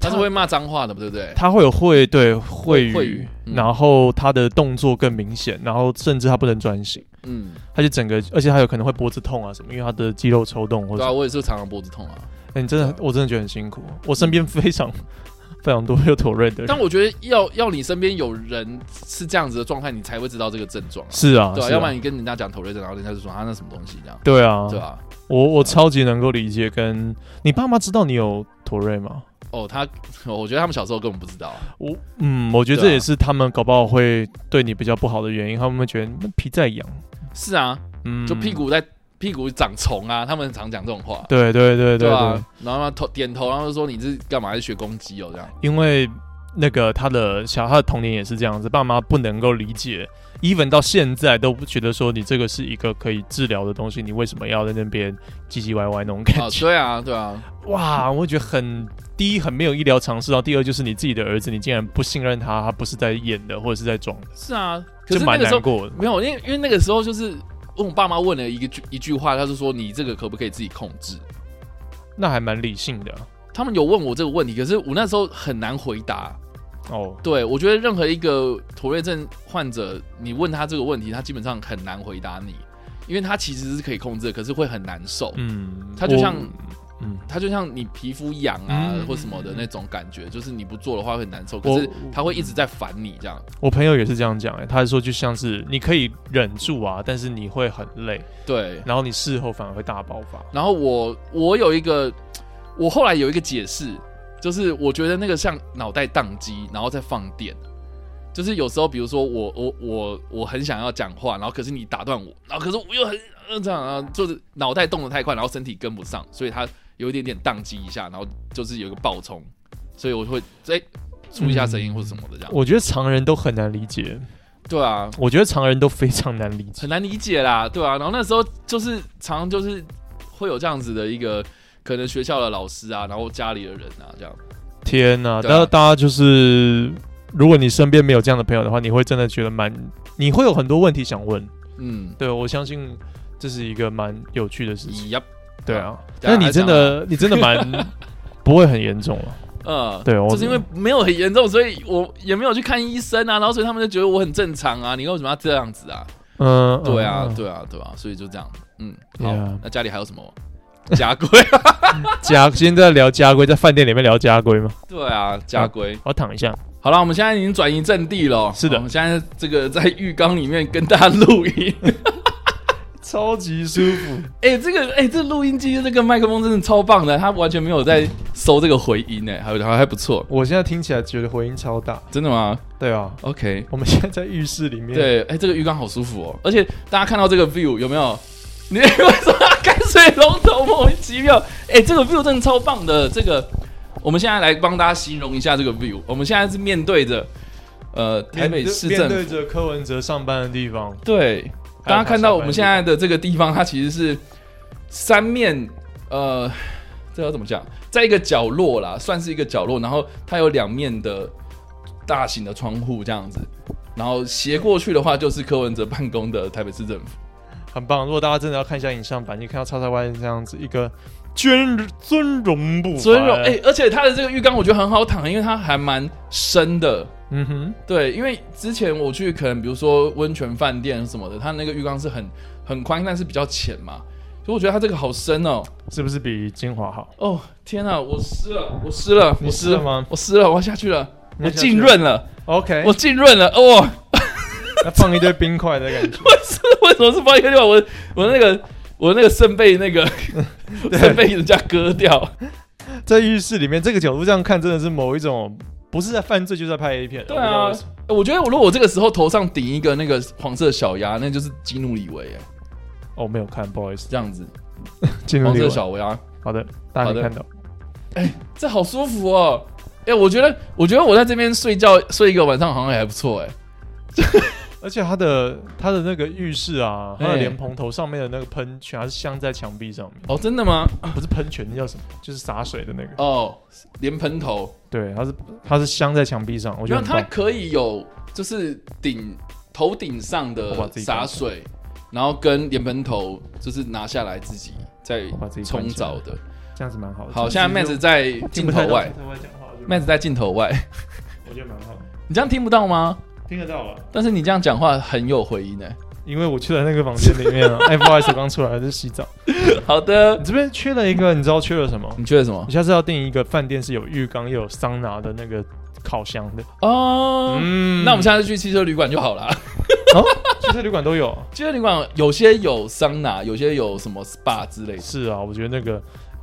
他是会骂脏话的，对 不对？他会有会对会会语语，嗯然后他的动作更明显，然后甚至他不能专心，嗯，他就整个，而且他有可能会脖子痛啊什么，因为他的肌肉抽动或者对啊，我也是常常脖子痛啊。哎，你真的，对我真的觉得很辛苦。我身边非常 非常多有妥瑞的人，但我觉得要要你身边有人是这样子的状态，你才会知道这个症状、啊。是啊，对啊，是啊要不然你跟人家讲头瑞症，然后人家就说啊那什么东西这样，对啊，对啊。我我超级能够理解。跟你爸妈知道你有妥瑞吗？哦，他我觉得他们小时候根本不知道啊，我嗯，我觉对得这啊也是他们搞不好会对你比较不好的原因，他们会觉得那皮在痒，是啊，嗯，就屁。股在屁股长虫啊，他们常讲这种话。对对对对啊对，，然后他头点头，然后就说你是干嘛？是学公鸡哦，这 样。因为那个他的小他的童年也是这样子，爸妈不能够理解，even 到现在都不觉得说你这个是一个可以治疗的东西，你为什么要在那边唧唧歪歪那种感啊，觉？对啊，对啊，哇，我会觉得很第一很没有医疗常识，然后第二就是你自己的儿子，你竟然不信任他，他不是在演的或者是在装的，是啊。可就是那蛮个时难候过的。没有，因为因为那个时候就是问我爸妈问了一个句一句话，他就说你这个可不可以自己控制？那还蛮理性的他们有问我这个问题，可是我那时候很难回答。哦。对，我觉得任何一个妥瑞症患者，你问他这个问题，他基本上很难回答你，因为他其实是可以控制的，可是会很难受。嗯，他就我像嗯，他就像你皮肤痒啊、嗯或什么的那种感觉，就是你不做的话会很难受，我可是他会一直在烦你这样。我朋友也是这样讲、欸，他说就像是你可以忍住啊，但是你会很累，对，然后你事后反而会大爆发。然后我我有一个，我后来有一个解释，就是我觉得那个像脑袋宕机，然后再放电。就是有时候，比如说我我我我很想要讲话，然后可是你打断我，然后可是我又很呃这样啊，就是脑袋动得太快，然后身体跟不上，所以它有一点点宕机一下，然后就是有一个爆冲，所以我会哎、出一下声音或者什么的这样。我觉得常人都很难理解，对啊，我觉得常人都非常难理解很。难理解啦，对啊。然后那时候就是常常就是会有这样子的一个，可能学校的老师啊，然后家里的人啊，这样。天呐、对啊那、大家就是，如果你身边没有这样的朋友的话，你会真的觉得蛮，你会有很多问题想问。嗯，对，我相信这是一个蛮有趣的事情。咦呀，对啊，对啊那你真的，你真的蛮 不会很严重了、嗯，对我就是因为没有很严重，所以我也没有去看医生啊，然后所以他们就觉得我很正常啊，你为什么要这样子啊？嗯，对啊，嗯对啊，对啊，所以就这样。嗯，好 Yeah 那家里还有什么？ 家规，啊家现在聊家规，在饭店里面聊家规吗？对啊，家规。我躺一下，好了，我们现在已经转移阵地了。是的我们现在这个在浴缸里面跟大家录音。超级舒服。哎、这个哎、这录音机这个麦克风真的超棒的，它完全没有在收这个回音哎，还有还还不错，我现在听起来觉得回音超大。真的吗对啊， ？OK，我们现在在浴室里面，，对，哎、这个浴缸好舒服哦，而且大家看到这个 view 有没有？ 你为什么要开水龙头莫名其妙？哎、这个 view 真的超棒的，这个我们现在来帮大家形容一下这个 view，我们现在是面对着呃台北市面政府对。着柯文哲上班的地方，对，还大有家看到我它们下现半在的这个地方，它其实是三面，呃，这要怎么讲？在一个角落啦，算是一个角落，然后它有两面的大型的窗户这样子，然后斜过去的话就是柯文哲办公的台北市政府。很棒。如果大家真的要看一下影像版，你看到叉叉 Y 这样子一个尊尊容不凡所以说，哎、，而且它的这个浴缸我觉得很好躺，因为它还蛮深的。嗯哼，对，因为之前我去可能比如说温泉饭店什么的，它那个浴缸是很很宽，但是比较浅嘛，所以我觉得它这个好深哦、是不是比精华好？哦，天啊，我湿了，我湿了，你我湿了吗我湿了，我要下去了，你我要下去哎浸润了， OK，我浸润了，哦， 那放一堆冰块的感觉，我是为什么是放一个地方？我我那个我那个肾被那 个肾被人家割掉，在浴室里面这个角度这样看，真的是某一种不是在犯罪就是在拍 A 片。对我不知道啊为什么。我觉得我如果我这个时候头上顶一个那个黄色小鸭，那就是基努里维，哎哦，没有看，不好意思，这样子，进入黄这色个哦小鸭，好的，大家好的没看到。这好舒服哦。哎、我觉得，我觉得我在这边睡觉睡一个晚上好像也还不错哎、而且它的它的那个浴室啊，它的哎莲蓬头上面的那个喷泉，它是镶在墙壁上面，哦，真的吗？不是喷泉，那叫什么？就是洒水的那个。哦，莲蓬头，对，它是它是镶在墙壁上，我觉没有，得很它棒。可以有就是顶头顶上我把的自己洒关水，然后跟莲蓬头就是拿下来自己再我把自己关冲起来澡的。这样子蛮好的。好，现在麦子子在镜头外，镜头外讲话，我觉得麦子在镜头外， 我觉得蛮好的，你这样听不到吗？听得到了。但是你这样讲话很有回音呢。 因为我去了那个房间里面啊 f y 手刚出来还在洗澡。好的你，这边缺了一个，你知道缺了什么？你缺了什么你？下次要订一个饭店是有浴缸又有桑拿的那个烤箱的。哦，嗯那我们下次去汽车旅馆就好了。汽车旅馆都有。汽车旅馆有些有桑拿，有些有什么 SPA 之类的。是啊，我觉得那个，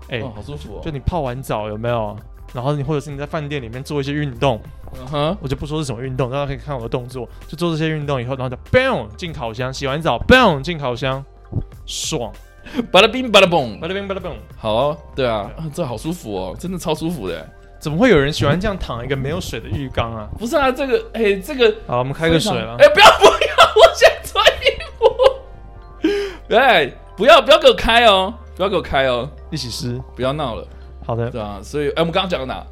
哎、哦，好舒服哦。就你泡完澡有没有？然后你或者是你在饭店里面做一些运动，嗯哼，我就不说是什么运动，大家可以看我的动作，就做这些运动以后，然后就 bang 进烤箱，洗完澡 bang 进烤箱，爽！巴拉冰巴拉蹦巴，拉 bang 巴拉 bang，好哦，对啊，啊这好舒服哦，真的超舒服的。怎么会有人喜欢这样躺一个没有水的浴缸啊？不是啊，这个，哎、这个好，我们开个水了哎、，不要不要，我想穿衣服。哎，不要不要给我开哦，不要给我开哦，一起湿。不要闹了，好的，对啊，所以，哎、我们刚刚讲到哪？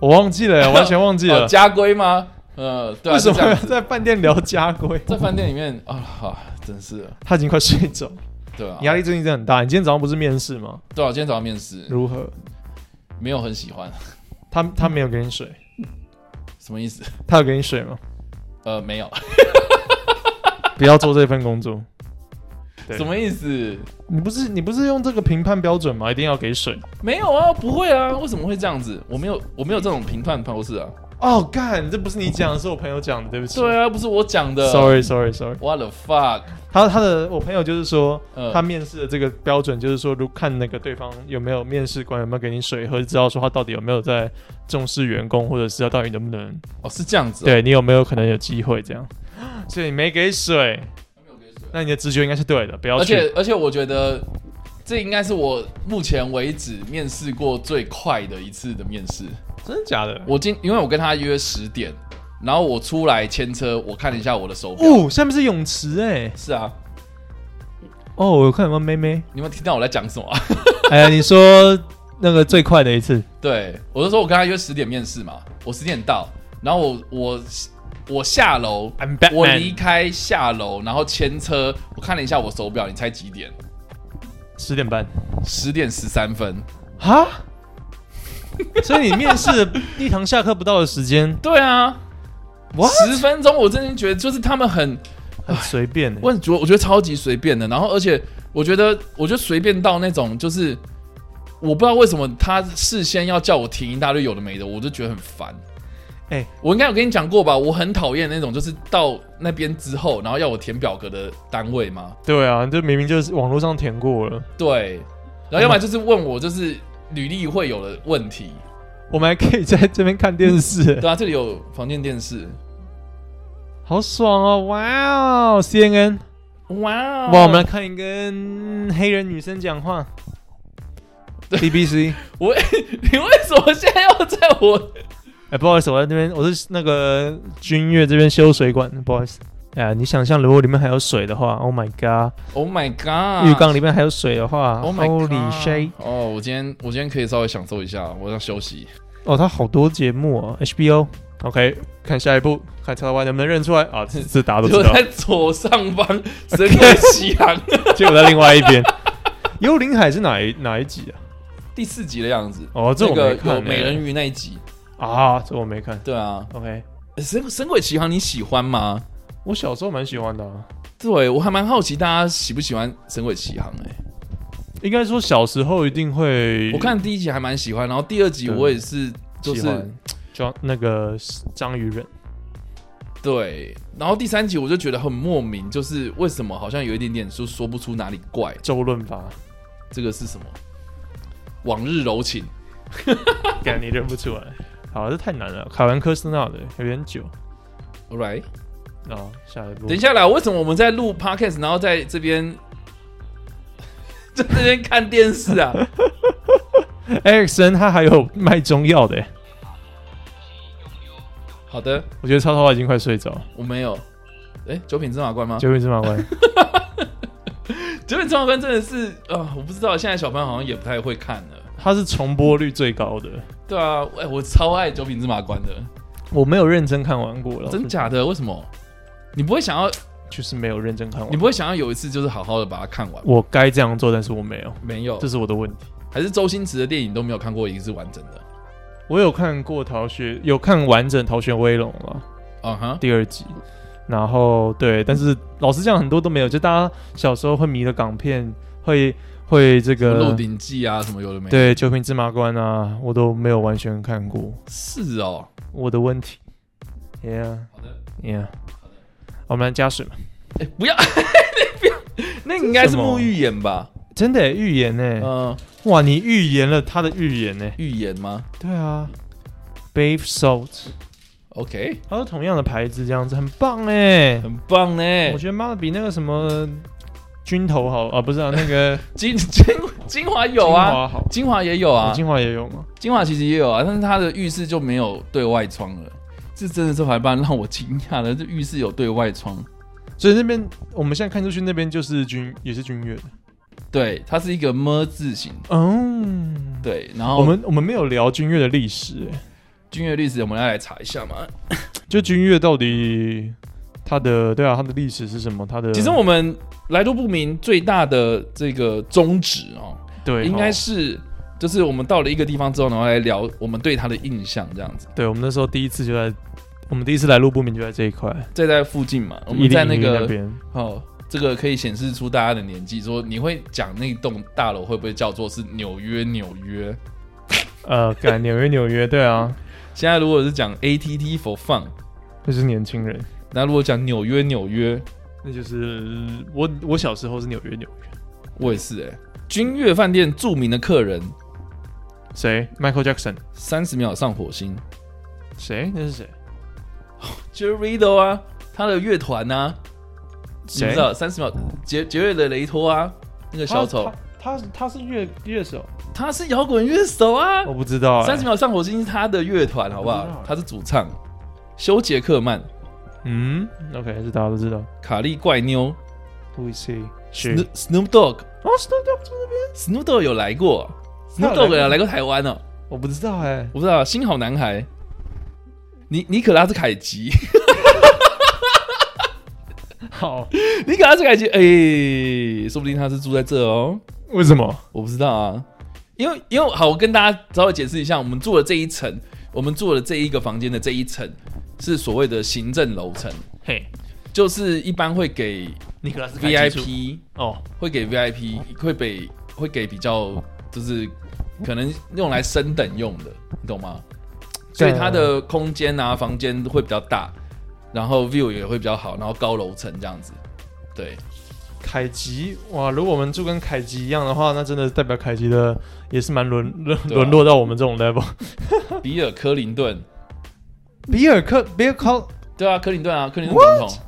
我忘记了，完全忘记哦了，家规吗？呃，对啊，啊为是什么这要样子在饭店聊家规？在饭店里面啊、好，真是的，他已经快睡着，对啊，压力最近真的很大。你今天早上不是面试吗？对啊，今天早上面试如何？没有很喜欢，他他没有给你水，什么意思？他有给你水吗？呃，没有，不要做这份工作。对什么意思？你不是你不是用这个评判标准吗？一定要给水没有啊，不会啊，为什么会这样子？我没有，我没有这种评判方式啊。哦，干，这不是你讲的，是我朋友讲的，对不起。对啊，不是我讲的。 Sorry, sorry, sorry。 What the fuck？他他的我朋友就是说，嗯他面试的这个标准就是说，如看那个对方有没有面试官有没有给你水喝，知道说他到底有没有在重视员工，或者是他到底能不能哦，是这样子、哦。对你有没有可能有机会这样。所以你没给水，没有给水那你的直觉应该是对的，不要而去。且而且我觉得这应该是我目前为止面试过最快的一次的面试。真的假的？我今因为我跟他约十点，然后我出来牵车，我看了一下我的手表。哦，下面是泳池哎、是啊，哦，我有看有没有妹妹？你们听到我在讲什么、啊？哎呀，你说那个最快的一次，对，我就说我跟他约十点面试嘛，我十点到，然后我我我下楼 I'm Batman 我离开下楼，然后牵车，我看了一下我手表，你猜几点？十点半。十点十三分。哈？ 所以你面试一堂下课不到的时间，对啊， What？十分钟，我真的觉得就是他们很很随便、欸。我很觉得我觉得超级随便的，然后而且我觉得我觉得随便到那种就是我不知道为什么他事先要叫我停一大堆有的没的，我就觉得很烦。哎我应该有跟你讲过吧？我很讨厌那种就是到那边之后，然后要我填表格的单位吗？对啊，这明明就是网络上填过了。对，然后要不然就是问我就是履历会有的问题。我们还可以在这边看电视、 对啊，这里有房间电视。好爽哦！哇哦，CNN，哇哦哇，我们来看一跟黑人女生讲 话。BBC， 我 你为什么现在要在我？哎、不好意思，我在那边，我是那个君悦这边修水管，不好意思。哎、呀，你想象如果里面还有水的话，Oh my god！、 Oh my god！浴缸里面还有水的话 Oh my god ，Holy shit！哦，我今天我今天可以稍微享受一下，我要休息。哦，它好多节目哦，HBO。OK，看下一步，看台湾能不能认出来 啊？这这大家都就知道在，左上方，神鬼奇航结果在另外一边。 幽灵海是哪一哪一集啊？第四集的样子。哦， 这这我个没有看、美人鱼那一集，啊，这我没看。对啊， OK，神神鬼奇航你喜欢吗？我小时候蛮喜欢的、啊，对我还蛮好奇大家喜不喜欢神鬼奇航哎、应该说小时候一定会。我看第一集还蛮喜欢，然后第二集对我也是就喜是欢装那个章鱼人，对，然后第三集我就觉得很莫名，就是为什么好像有一点点说说不出哪里怪，周 润发，这个是什么？往日柔情，感你认不出来。好，这太难了，凯文科斯纳的有点久 All right，啊。下一步，等一下啦，为什么我们在录 podcast，然后在这边 在这边看电视啊？ 艾克森他还有卖中药的，欸好的，我觉得超超已经快睡着。我没有。哎、九品芝麻官吗？九品芝麻官，九品芝麻官真的是啊、我不知道，现在小朋友好像也不太会看了。他是重播率最高的，对啊，哎、我超爱九品芝麻官的，我没有认真看完过了，真假的？为什么？你不会想哦要，就是没有认真看你完。不会想要有一次就是好好的把它看完？我该这样做，但是我没有，没有这，是我的问题。还是周星驰的电影都没有看过一个是完整的。我有看过《逃学》，有看完整《逃学威龙》了。啊哈，第二集。然后对，但是老实讲，很多都没有。就大家小时候会迷的港片，会会这《鹿个鼎记》啊，什么有的没的。呃对《九品芝麻官》啊，我都没有完全看过。是哦。我的问题，Yeah 好的， Yeah，我们来加水嘛。哎、不要，那应该是沐浴眼吧？真的耶预言呢、嗯、哇，你预言了他的预言呢、预言吗对啊，Babe Salt， ？OK，它是同样的牌子，这样子很棒哎、很棒欸呢。我觉得妈的比那个什么军头好啊，不是啊，那个精精精华 有精啊，华好。哦精华也有啊，金华也有吗？精华其实也有啊，但是它的浴室就没有对外窗了。这真的是还蛮让我惊讶的，这浴室有对外窗。所以那边我们现在看出去，那边就是军也是军乐的。对，它是一个么字形。嗯，对，然后我们我们没有聊军乐的历史、欸，军乐历史，我们要来查一下啊嘛。就军乐到底它的对啊，它的历史是什么？它的其实我们来路不明最大的这个宗旨哦，对应该哦是就是我们到了一个地方之后，然后来聊我们对它的印象这样子。对我们那时候第一次就在我们第一次来路不明就在这一块，在在附近嘛，我一们零在一那那个边哦，这个可以显示出大家的年纪。说你会讲那栋大楼会不会叫做是纽约？纽约？呃，赶纽约纽约，对 啊，现在如果是讲 ATT for fun，就是年轻人，那如果讲纽约纽约，那就是我我小时候是纽约纽约，我也是哎、君悦饭店著名的客人，谁？Michael Jackson，三十秒上火星谁？那是谁？ ，Jerry d o 啊，他的乐团呐，你不谁知？道三十秒杰杰瑞的雷托啊，那个小丑，他，他他是乐乐手，他是摇滚乐手啊。我不知道、欸，三十秒上火星是他的乐团，好不我不知道好哎？他是主唱，休杰克曼、嗯，OK，这大家都知道。卡利怪妞、 Who is he？是 Sno- Snoop Dogg、哦，Snoop Dogg 住那 Snoop 边，Dogg 有来过，Snoop 他有来 Dogg 过有来过台湾哦，我不知道哎、我不知道。新好男孩，尼尼可拉斯凯 奇，好，尼可拉斯凯奇，哎，说不定他是住在这哦，为什么？我不知道啊。因为因为好，我跟大家稍微解释一下，我们住的这一层，我们住的这一个房间的这一层是所谓的行政楼层，嘿，就是一般会给尼克拉斯 VIP 哦，会给 VIP，会给会给比较就是可能用来升等用的，你懂吗？所以对它的空间啊、房间会比较大，然后 view 也会比较好，然后高楼层这样子。 对，凯吉哇，如果我们住跟凯吉一样的话，那真的代表凯吉的也是蛮沦沦对啊沦落到我们这种 level。比尔·克林顿，比尔克比尔考对啊，克林顿啊，克林顿总统，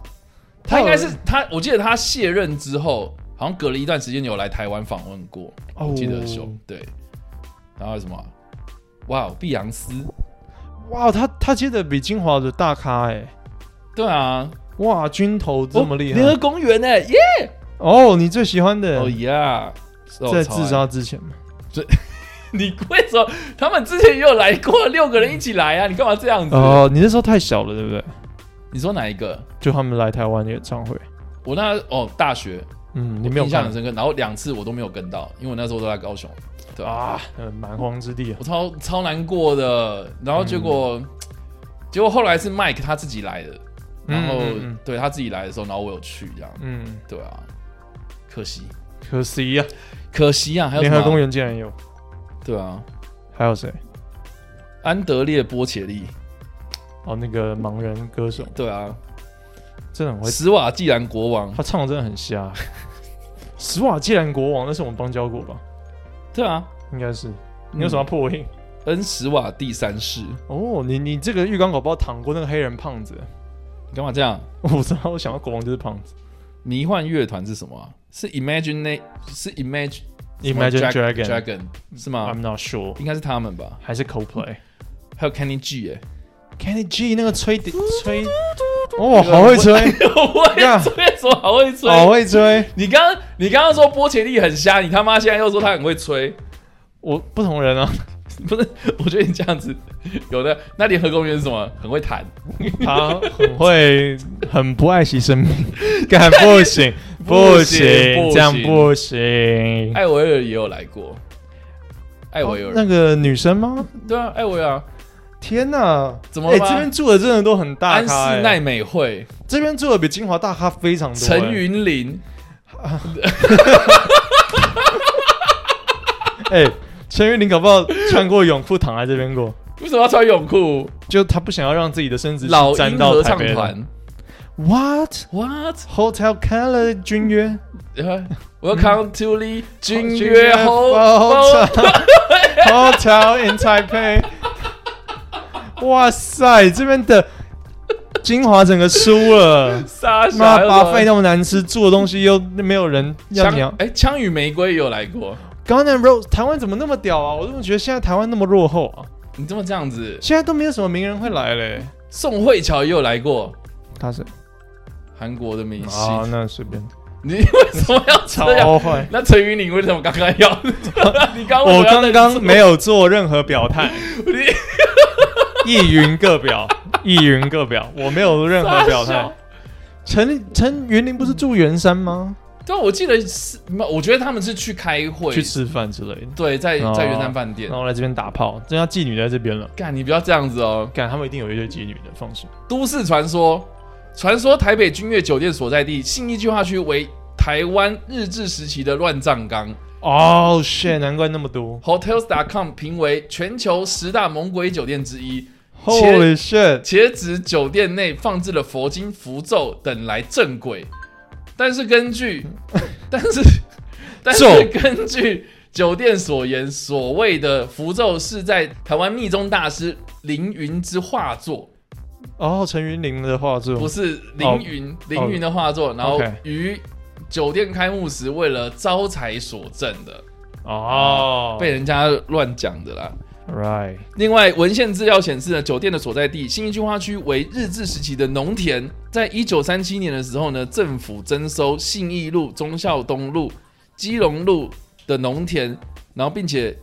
他应该是他他，我记得他卸任之后，好像隔了一段时间有来台湾访问过，哦我记得有对，然后什么啊，哇，碧昂斯，哇，他他接的比金华的大咖哎、对啊，哇，军头这么厉害哦联合公园哎，耶，哦你最喜欢的、哦呀，哦在超自爱杀之前嘛你为什么？他们之前也有来过，六个人一起来啊！你干嘛这样子？哦，你那时候太小了，对不对？你说哪一个？就他们来台湾演唱会，我那哦，大学嗯，你我没有印象看很深刻，然后两次我都没有跟到，因为我那时候都在高雄，对啊，嗯，蛮荒之地啊，我超超难过的。然后结果，嗯结果后来是 Mike 他自己来的，然后、嗯嗯对他自己来的时候，然后我有去这样，嗯，嗯对啊，可惜，可惜呀、可惜啊，还啊，有联什合公么？园竟然有，对啊，还有谁？安德烈波切利，哦，那个盲人歌手，对啊，真哦的很会，斯瓦季兰国王，他唱的真的 很瞎。史瓦济兰国王，那是我们邦交国吧？对啊，嗯应该是。你有什么破音？恩史瓦第三世。哦，你你这个浴缸狗包躺过那个黑人胖子，你干嘛这样？ 我知道，我想到国王就是胖子。迷幻乐团是什么、啊？是 Imagine 是 Imagine 什么 Imagine 啊 Drag- Dragon，I'm Dragon 是吗？ not sure，应该是他们吧？还是 Coldplay。还有 Kenny G 哎、 Kenny G 那个吹笛吹，哦，好会吹，我也吹什么好会吹？好会吹。你刚刚你刚刚说波切利很瞎，你他妈现在又说他很会吹， 我不同人啊， 不是？我觉得你这样子 有的那联合公园是什么？很会弹，他很会，很不爱惜生 命，干不行，不 不行行，哎不这样行不行。艾维尔也有来过，艾维尔、那个女生吗？对啊，艾维尔啊，天哪，怎么哎、了吗这边住的真的都很大安室咖、奈欸，美惠、这边住的比金华大咖非常多、欸。陈，云林，哎、陈云，你搞不好穿过泳裤躺在这边过，为什么要穿泳裤？就他不想要让自己的身子老沾鹰到合台唱北的团。 What What？ Hotel Canada 军约呃 Welcome to the 君军悦 Hotel。 Hotel in Taipei。哇塞，这边的金华整个 输了。傻小妈，还有什把么费那么难吃，做的东西又没有人要枪鸟。哎，枪与玫瑰也有来过。 Gun and Rose，台湾怎么那么屌啊？我怎么觉得现在台湾那么落后啊？你这么这样子，现在都没有什么名人会来嘞、宋慧乔也有来过，他是韩国的明啊，星。 那随便，你为什么要这样？超坏。那陈云林为什么刚刚要？ 你刚刚为我什么要刚刚没有做任何表态， 一云各表，一云各表，我没有任何表傻态小。陈陈云林不是住圆山吗？对，啊我记得是，我觉得他们是去开会，去吃饭之类的，对，在哦在元山饭店然。后来这边打炮，真要妓女在这边了。干，你不要这样子哦。干，他们一定有一堆妓女的，放心。都市传说，传说台北君悦酒店所在地信义计划区为台湾日治时期的乱葬岗。哦、shit，难怪那么多。 Hotels.com 评为全球十大猛鬼酒店之一， Holy shit！且指酒店内放置了佛经、符咒等来镇鬼。但是根 据，但是，但是咒根据酒店所言，所谓的符咒是在台湾密宗大师凌云之画作，哦，陈云林的画作不是凌云凌云的画作，然后哦 OK 于酒店开幕时为了招财所赠的，哦，被人家乱讲的啦。 Right，另外，文献资料显示呢，酒店的所在地新义计划区为日治时期的农田。在一九三七年的时候呢，政府征收信义路、忠孝东路、基隆路的农田，然后并且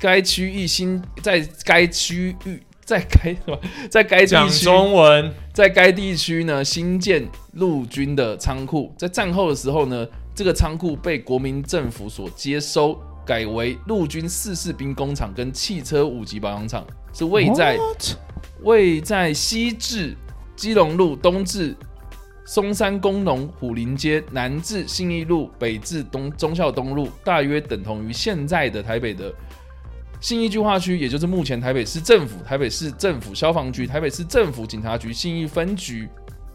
该区域新在该区域在该什么在该讲地区中文在该地区呢新建陆军的仓库。在战后的时候呢，这个仓库被国民政府所接收，改为陆军四士兵工厂跟汽车五级保养厂，是位在 What？位在西至基隆路、东至松山工农虎林街、南至信义路、北至东忠孝东路，大约等同于现在的台北的信义计划区，也就是目前台北市政府、台北市政府消防局、台北市政府警察局信义分局、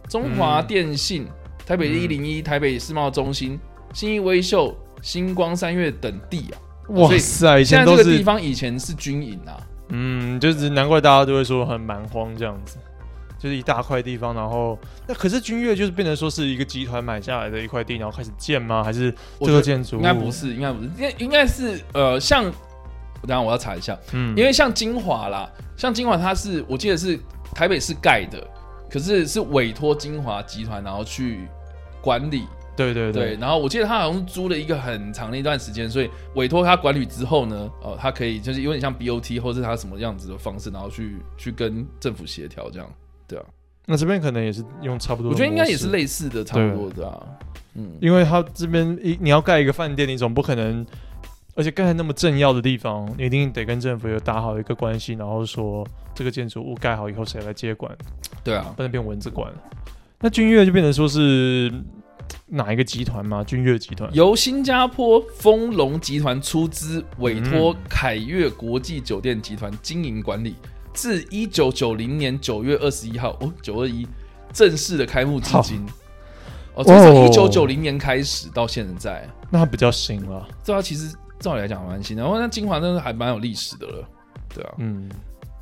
中华嗯电信、台北一零一、台北世贸中心、信义威秀、星光三月等地啊。哇所以塞，以现前在都这个地是方以前是军营啊，嗯，就是难怪大家都会说很蛮荒这样子，就是一大块地方，然后那可是君悦就是变成说是一个集团买下来的一块地，然后开始建吗？还是我这觉个得建筑应该不，是，应该不是，应该应该是呃，像等一下我要查一下，嗯因为像金华啦，像金华它是我记得是台北市盖的，可是是委托金华集团然后去管理，对对对，对，然后我记得他好像是租了一个很长的一段时间，所以委托他管理之后呢，呃，他可以就是有点像 BOT 或是他什么样子的方式，然后去去跟政府协调这样，对啊，那这边可能也是用差不多，我觉得应该也是。类似的，差不多的啊，嗯，因为它这边一你要盖一个饭店，你总不可能，而且盖那么政要的地方，你一定得跟政府有打好一个关系，然后说这个建筑物盖好以后谁来接管，对啊，不能变蚊子馆了。那君悦就变成说是嗯哪一个集团吗？君悦集团由新加坡丰隆集团出资委托凯悦国际酒店集团经营管理，自一九九零年九月二十一号，哦，九二一正式的开幕至今。哦，从哇哦一九九零年开始到现在，那它比较新了，对啊，其实照理来讲蛮新的。然后那金华真的还蛮有历史的了，对啊，嗯。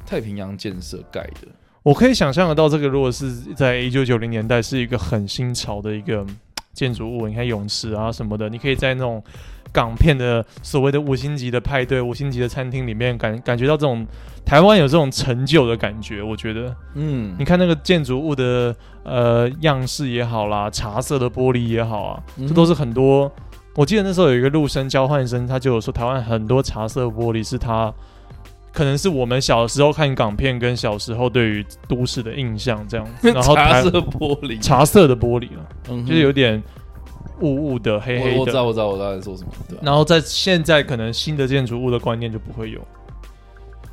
太平洋建设盖的，我可以想象得到，这个如果是在一九九零年代，是一个很新潮的一个嗯建筑物。你看泳池啊什么的，你可以在那种港片的所谓的五星级的派对、五星级的餐厅里面感感觉到这种台湾有这种陈旧的感觉。我觉得，嗯你看那个建筑物的呃样式也好啦，茶色的玻璃也好啊，嗯这都是很多。我记得那时候有一个陆生交换生，他就有说台湾很多茶色玻璃是他，可能是我们小时候看港片跟小时候对于都市的印象这样 子，然后茶台色玻璃，茶色的玻璃了，嗯哼就是有点雾雾的、黑我我黑知道的。我知道我知道你在说什么，对啊然后在现在可能新的建筑物的观念就不会有。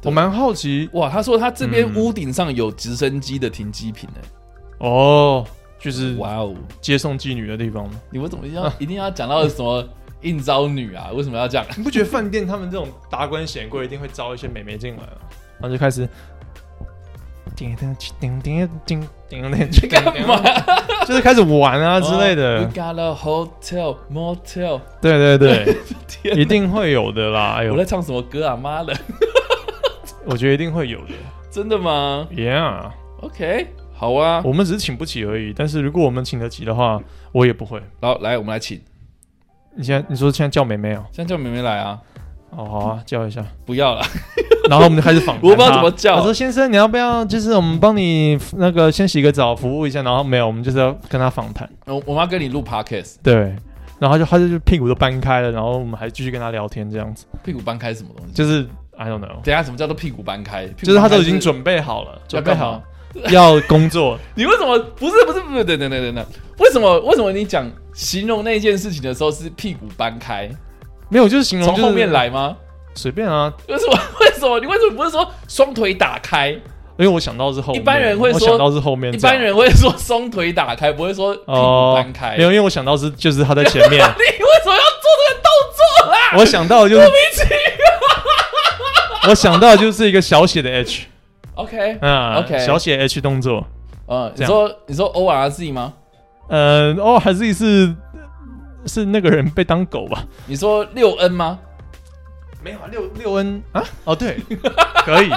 对我蛮好奇哇，他说他这边嗯屋顶上有直升机的停机坪、欸，哦，就是啊哇哦！接送妓女的地方吗？你们怎么一定要一定要讲到什么应招女啊？为什么要讲？你不觉得饭店他们这种达官显贵一定会招一些美眉进来吗？然后就开始叮叮叮叮叮叮叮去干嘛？ 就是开始玩啊 之 Oh, We 类的。 got a hotel motel。对对 对，天一定会有的啦。哎我呦在，唱什么歌啊？妈的，我觉得一定会有的。真的吗 Yeah， ？OK，好啊。我们只是请不起而已。但是如果我们请得起的话，我也不会。然后来，我们来请。你现在你说现在叫美眉哦？现在叫妹妹来啊！哦，好啊，叫一下。不要了，然后我们就开始 访谈他。我不知道怎么叫我说先生，你要不要？就是我们帮你那个先洗个澡，服务一下。然后没有，我们就是要跟他访谈。我我们要跟你录 podcast，对，然后他就他就屁股都搬开了，然后我们还继续跟他聊天这样子，屁股搬开是什么东西？就是 I don't know，等一下什么叫做屁股搬开？屁股就是他搬开都已经准备好了，要准备干嘛好要 工作，你为什么不是不是不是？等等等等等，为什么为什么你讲形容那件事情的时候是屁股搬开？没有就是形容从就是后面来吗？随便啊，为什么？ 为什么？你为什么不是说双腿打开？因为我想到是后面，一般人会我说想到是后面一这样，般人会说双腿打开，不会说屁股哦搬开。，没有，因为我想到是就是他在前面 你为什么要做这个动作啊啦？我想到的就是我想到的就是一个小写的 H， OK，嗯 OK 小写 H 动作，嗯，这你样说你说 ORZ 吗？嗯，哦，还是是是那个人被当狗吧？你说六 N 吗？没有啊，六六 N 啊？哦，对，可以。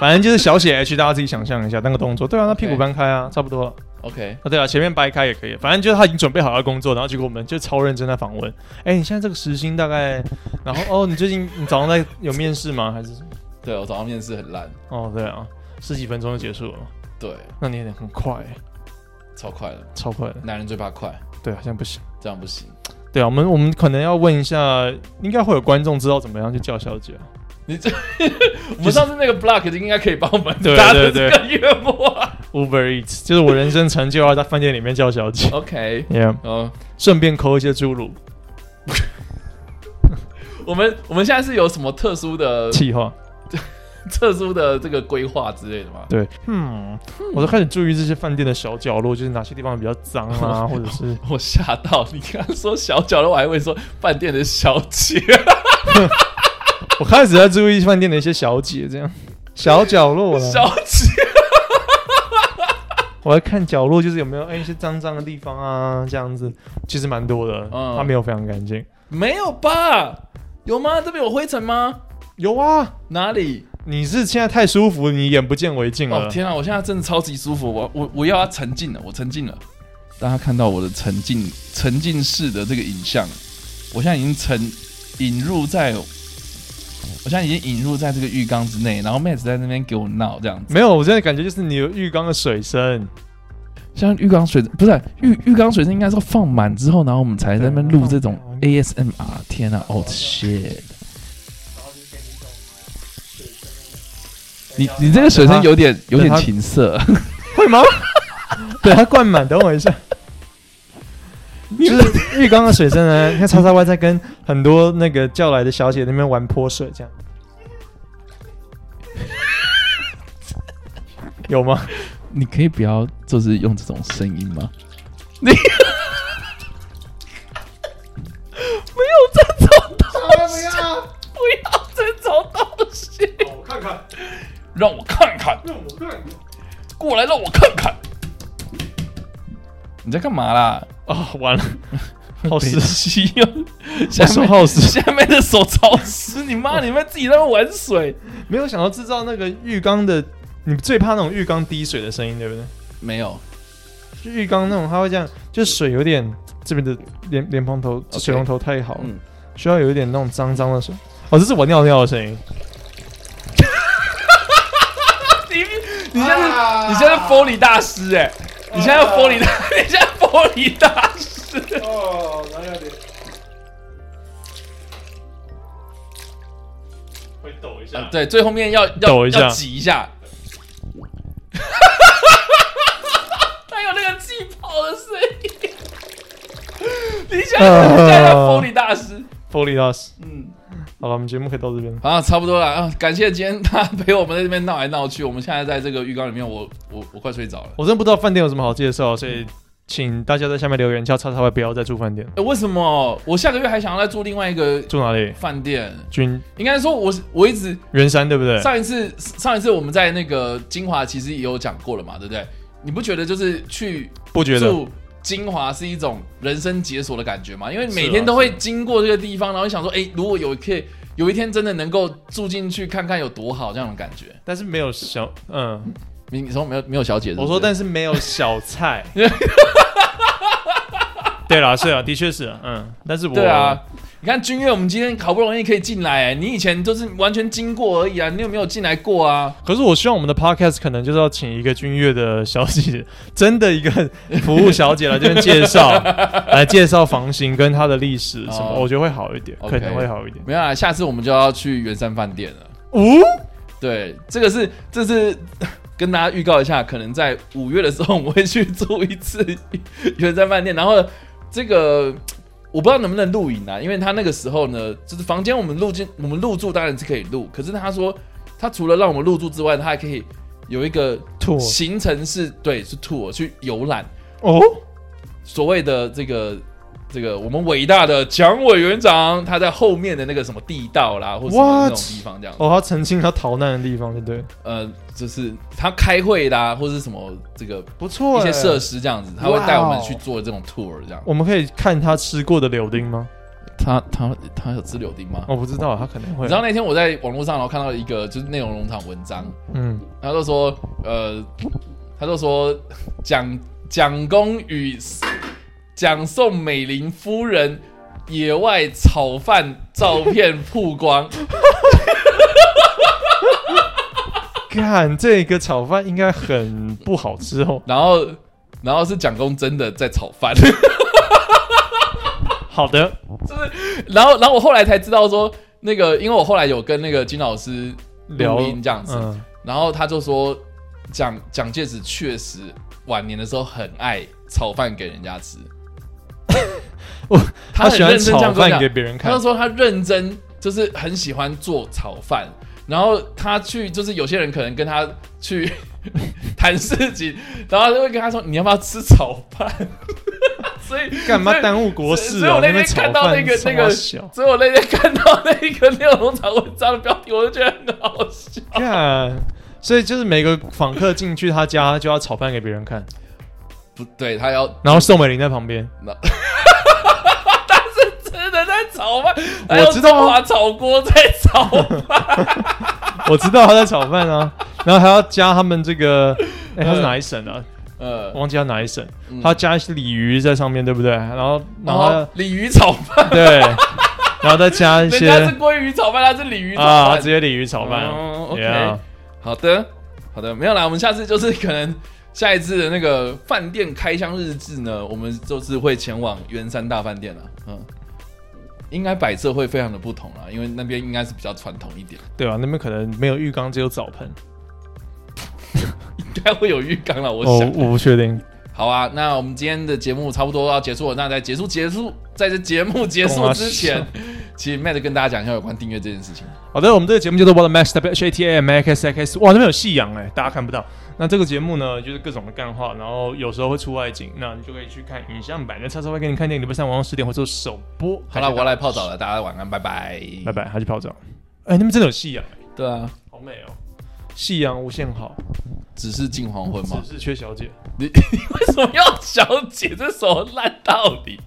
反正就是小写 H，大家自己想象一下那个动作。对啊，那屁股 OK 搬开啊，差不多了。 OK，啊，对啊，前面掰开也可以。反正就是他已经准备好要工作，然后结果我们就超认真在访问。哎，你现在这个时薪大概？然后哦，你最近你早上在有面试吗？还是？对我早上面试很烂，哦，对啊，十几分钟就结束了嘛。对，那你也很快欸，超快的，超快的。男人最怕快，对啊，现在不行。这样不行。对啊，我们我们可能要问一下，应该会有观众知道怎么样去叫小姐。啊你这，我们上次那个 block 应该可以帮我们对达成这对对个愿望。 Uber Eats 就是我人生成就，啊要在饭店里面叫小姐。 OK， Yeah。嗯，顺便抠一些侏儒我们我们现在是有什么特殊的气话。 特殊的这个规划之类的吗？对，嗯，我都开始注意这些饭店的小角落，就是哪些地方比较脏啊，或者是我吓到，你刚刚说小角落，我还会说饭店的小姐，我开始在注意饭店的一些小姐这样小角落了， 小姐，我在看角落就是有没有哎、一些脏脏的地方啊，这样子其实蛮多的，嗯它没有非常干净。没有吧？有吗？这边有灰尘吗？有啊，哪里？你是现在太舒服，你眼不见为净了。哦天啊！我现在真的超级舒服，我我我要沉浸了，我沉浸了。大家看到我的沉浸沉浸式的这个影像，我现在已经沉引入在，我现在已经引入在这个浴缸之内，然后妹子在那边给我闹这样子。没有，我现在感觉就是你有浴缸的水声，像浴缸水不是浴浴缸水声，应该是放满之后，然后我们才在那边录这种 ASMR。天啊，哦 shit！你你这个水声有点有点情色， 会吗？ 对，它灌满，等我一下。就是浴缸的水声呢，看叉叉 Y 在跟很多那个叫来的小姐那边玩泼水，这样有吗？你可以不要就是用这种声音吗？ 你没有这种东西，不要这种东西，哦我看看，让我看看，让我看看。过来让我看看。你在干嘛啦？哦， 完了，好北湿，西 哦，我下说面好湿，下面的手潮湿，你妈！你们自己在那玩水？没有想到制造那个浴缸的，你最怕那种浴缸滴水的声音，对不对？没有，就浴缸那种，它会这样，就水有点这边的莲莲蓬头、 OK 水龙头太好了，嗯需要有一点那种脏脏的水。哦，这是我尿尿的声音。你现在是、啊你现在是玻璃大师哎、你现在是玻璃大，你现在是玻璃大师。哦，哪有点？会抖一嗯，对，最后面要要抖一下要挤一下。 他有那个气泡的声音。 你想想，你现在是玻璃大师。玻璃大师。嗯，好了，我们节目可以到这边。啊，差不多了啊！感谢今天他陪我们在这边闹来闹去。我 们现在在这个浴缸里面，我我我快睡着了。我真不知道饭店有什么好介绍，所以请大家在下面留言，叫叉叉 Y 不要再住饭店。欸为什么我下个月还想要再住另外一个住哪里？饭店？军应该说我，是我一直圆山对不对？上一次上一次我们在那个金华其实也有讲过了嘛，对不对？你不觉得就是去不觉得？住金华是一种人生解锁的感觉吗？因为是每啊天都会是啊经过这个地方，然后想说，哎、如果有可以有一天真的能够住进去看看有多好，这样的感觉。但是没有小嗯，你你说没有没有小姐是不我是说但是没有小 菜。对啦，是啊，的确是啊，嗯，但是我对啊，，你看君越，我们今天好不容易可以进来、你以前就是完全经过而已啊，你有没有进来过啊？可是我希望我们的 podcast 可能就是要请一个君越的小姐，真的一个服务小姐来这边介 绍，来介绍房型跟它的历史什么，哦我觉得会好一点 OK 可能会好一点。没有啊，下次我们就要去圆山饭店了。哦，对，这个是这是 跟大家预告一下，可能在五月的时候我们会去住一次圆山饭店，然后这个。我不知道能不能录影啊，因为他那个时候呢，就是房间我们录进我们入住当然是可以录，可是他说他除了让我们入住之外，他还可以有一个吐行程是对是 tour 去游览哦，所谓的这个这个我们伟大的蒋委员长他在后面的那个什么地道啦，或者什么那 What？种地方这样子哦，他澄清他逃难的地方，对不对？呃，就是他开会啦，或者是什么这个不错、欸一些设施，施这样子，他会带我们去做这种 tour 这样。我们可以看他吃过的柳丁吗？他他他有吃柳丁吗？我不知道，他可能会你知。道那天我在网络上，然后看到一个就是内容农场文章，嗯，他就说，呃，他就说蒋蒋公与蒋宋美龄夫人野外炒饭照片曝光，看这个炒饭应该很不好吃哦，然后然后是蒋公真的在炒饭， 好的，然后然后我后来才知道说，那个因为我后来有跟那个金老师聊录音这样子，嗯，然后他就说蒋蒋介石确实晚年的时候很爱炒饭给人家 吃，哇他很喜欢认真这炒样跟我饭讲给，别人他看就，说他认真就是很喜欢做炒饭，然后他去就是有些人可能跟他去 谈事情，然后他就会跟他说你要不要吃炒饭， 所以干嘛所以耽误国事啊？所以我那天边看到那个那个， 所以我那天看到那个内容农场文章的标题，我就觉得很好笑。看，所以就是每个访客进去他家就要炒饭给别人看，不对，他要然后宋美龄在旁边，真的在炒饭，我还有知道啊中华炒锅在炒饭，我知道他在炒饭啊，然后还要加他们这个，哎、他是哪一省啊？嗯 我，忘记他哪一省，他加一些鲤鱼在上面，对不对？然后，然然后后鲤鱼炒饭，对，然后再加一哦人些家是鲑鱼炒饭，他是鲤鱼炒啊，饭直，接鲤鱼炒饭。哦，OK Yeah 好的，好的，没有啦，我们下次就是可能下一次的那个饭店开箱日志呢，我们就是会前往圆山大饭店了，嗯。应该摆设会非常的不同啦，因为那边应该是比较传统一点， 对啊吧、那边可能没有浴缸，只有澡盆。应该会有浴缸了。我哦想，，我不确定。好啊，那我们今天的节目差不多要结束了。那在结束结束，在这节目结束之前懂，请 Matt 跟大家讲一下有关订阅这件事情。好的，我们这个节目叫做 What Max W H A T A M A X X，哇，那边有夕阳哎、大家看不到。那这个节目呢，就是各种的干话，然后有时候会出外景，那你就可以去看影像版。那叉叉会给你看电影，礼拜三晚上十点会做首播。好了，我要来泡澡了，大家晚安，拜拜，拜。拜，他去泡澡。哎、那边真的有夕阳、哎对啊，好美哦、夕阳无限好，只是近黄昏嘛。 只是缺小姐。你你为什么要小姐这什么烂道理？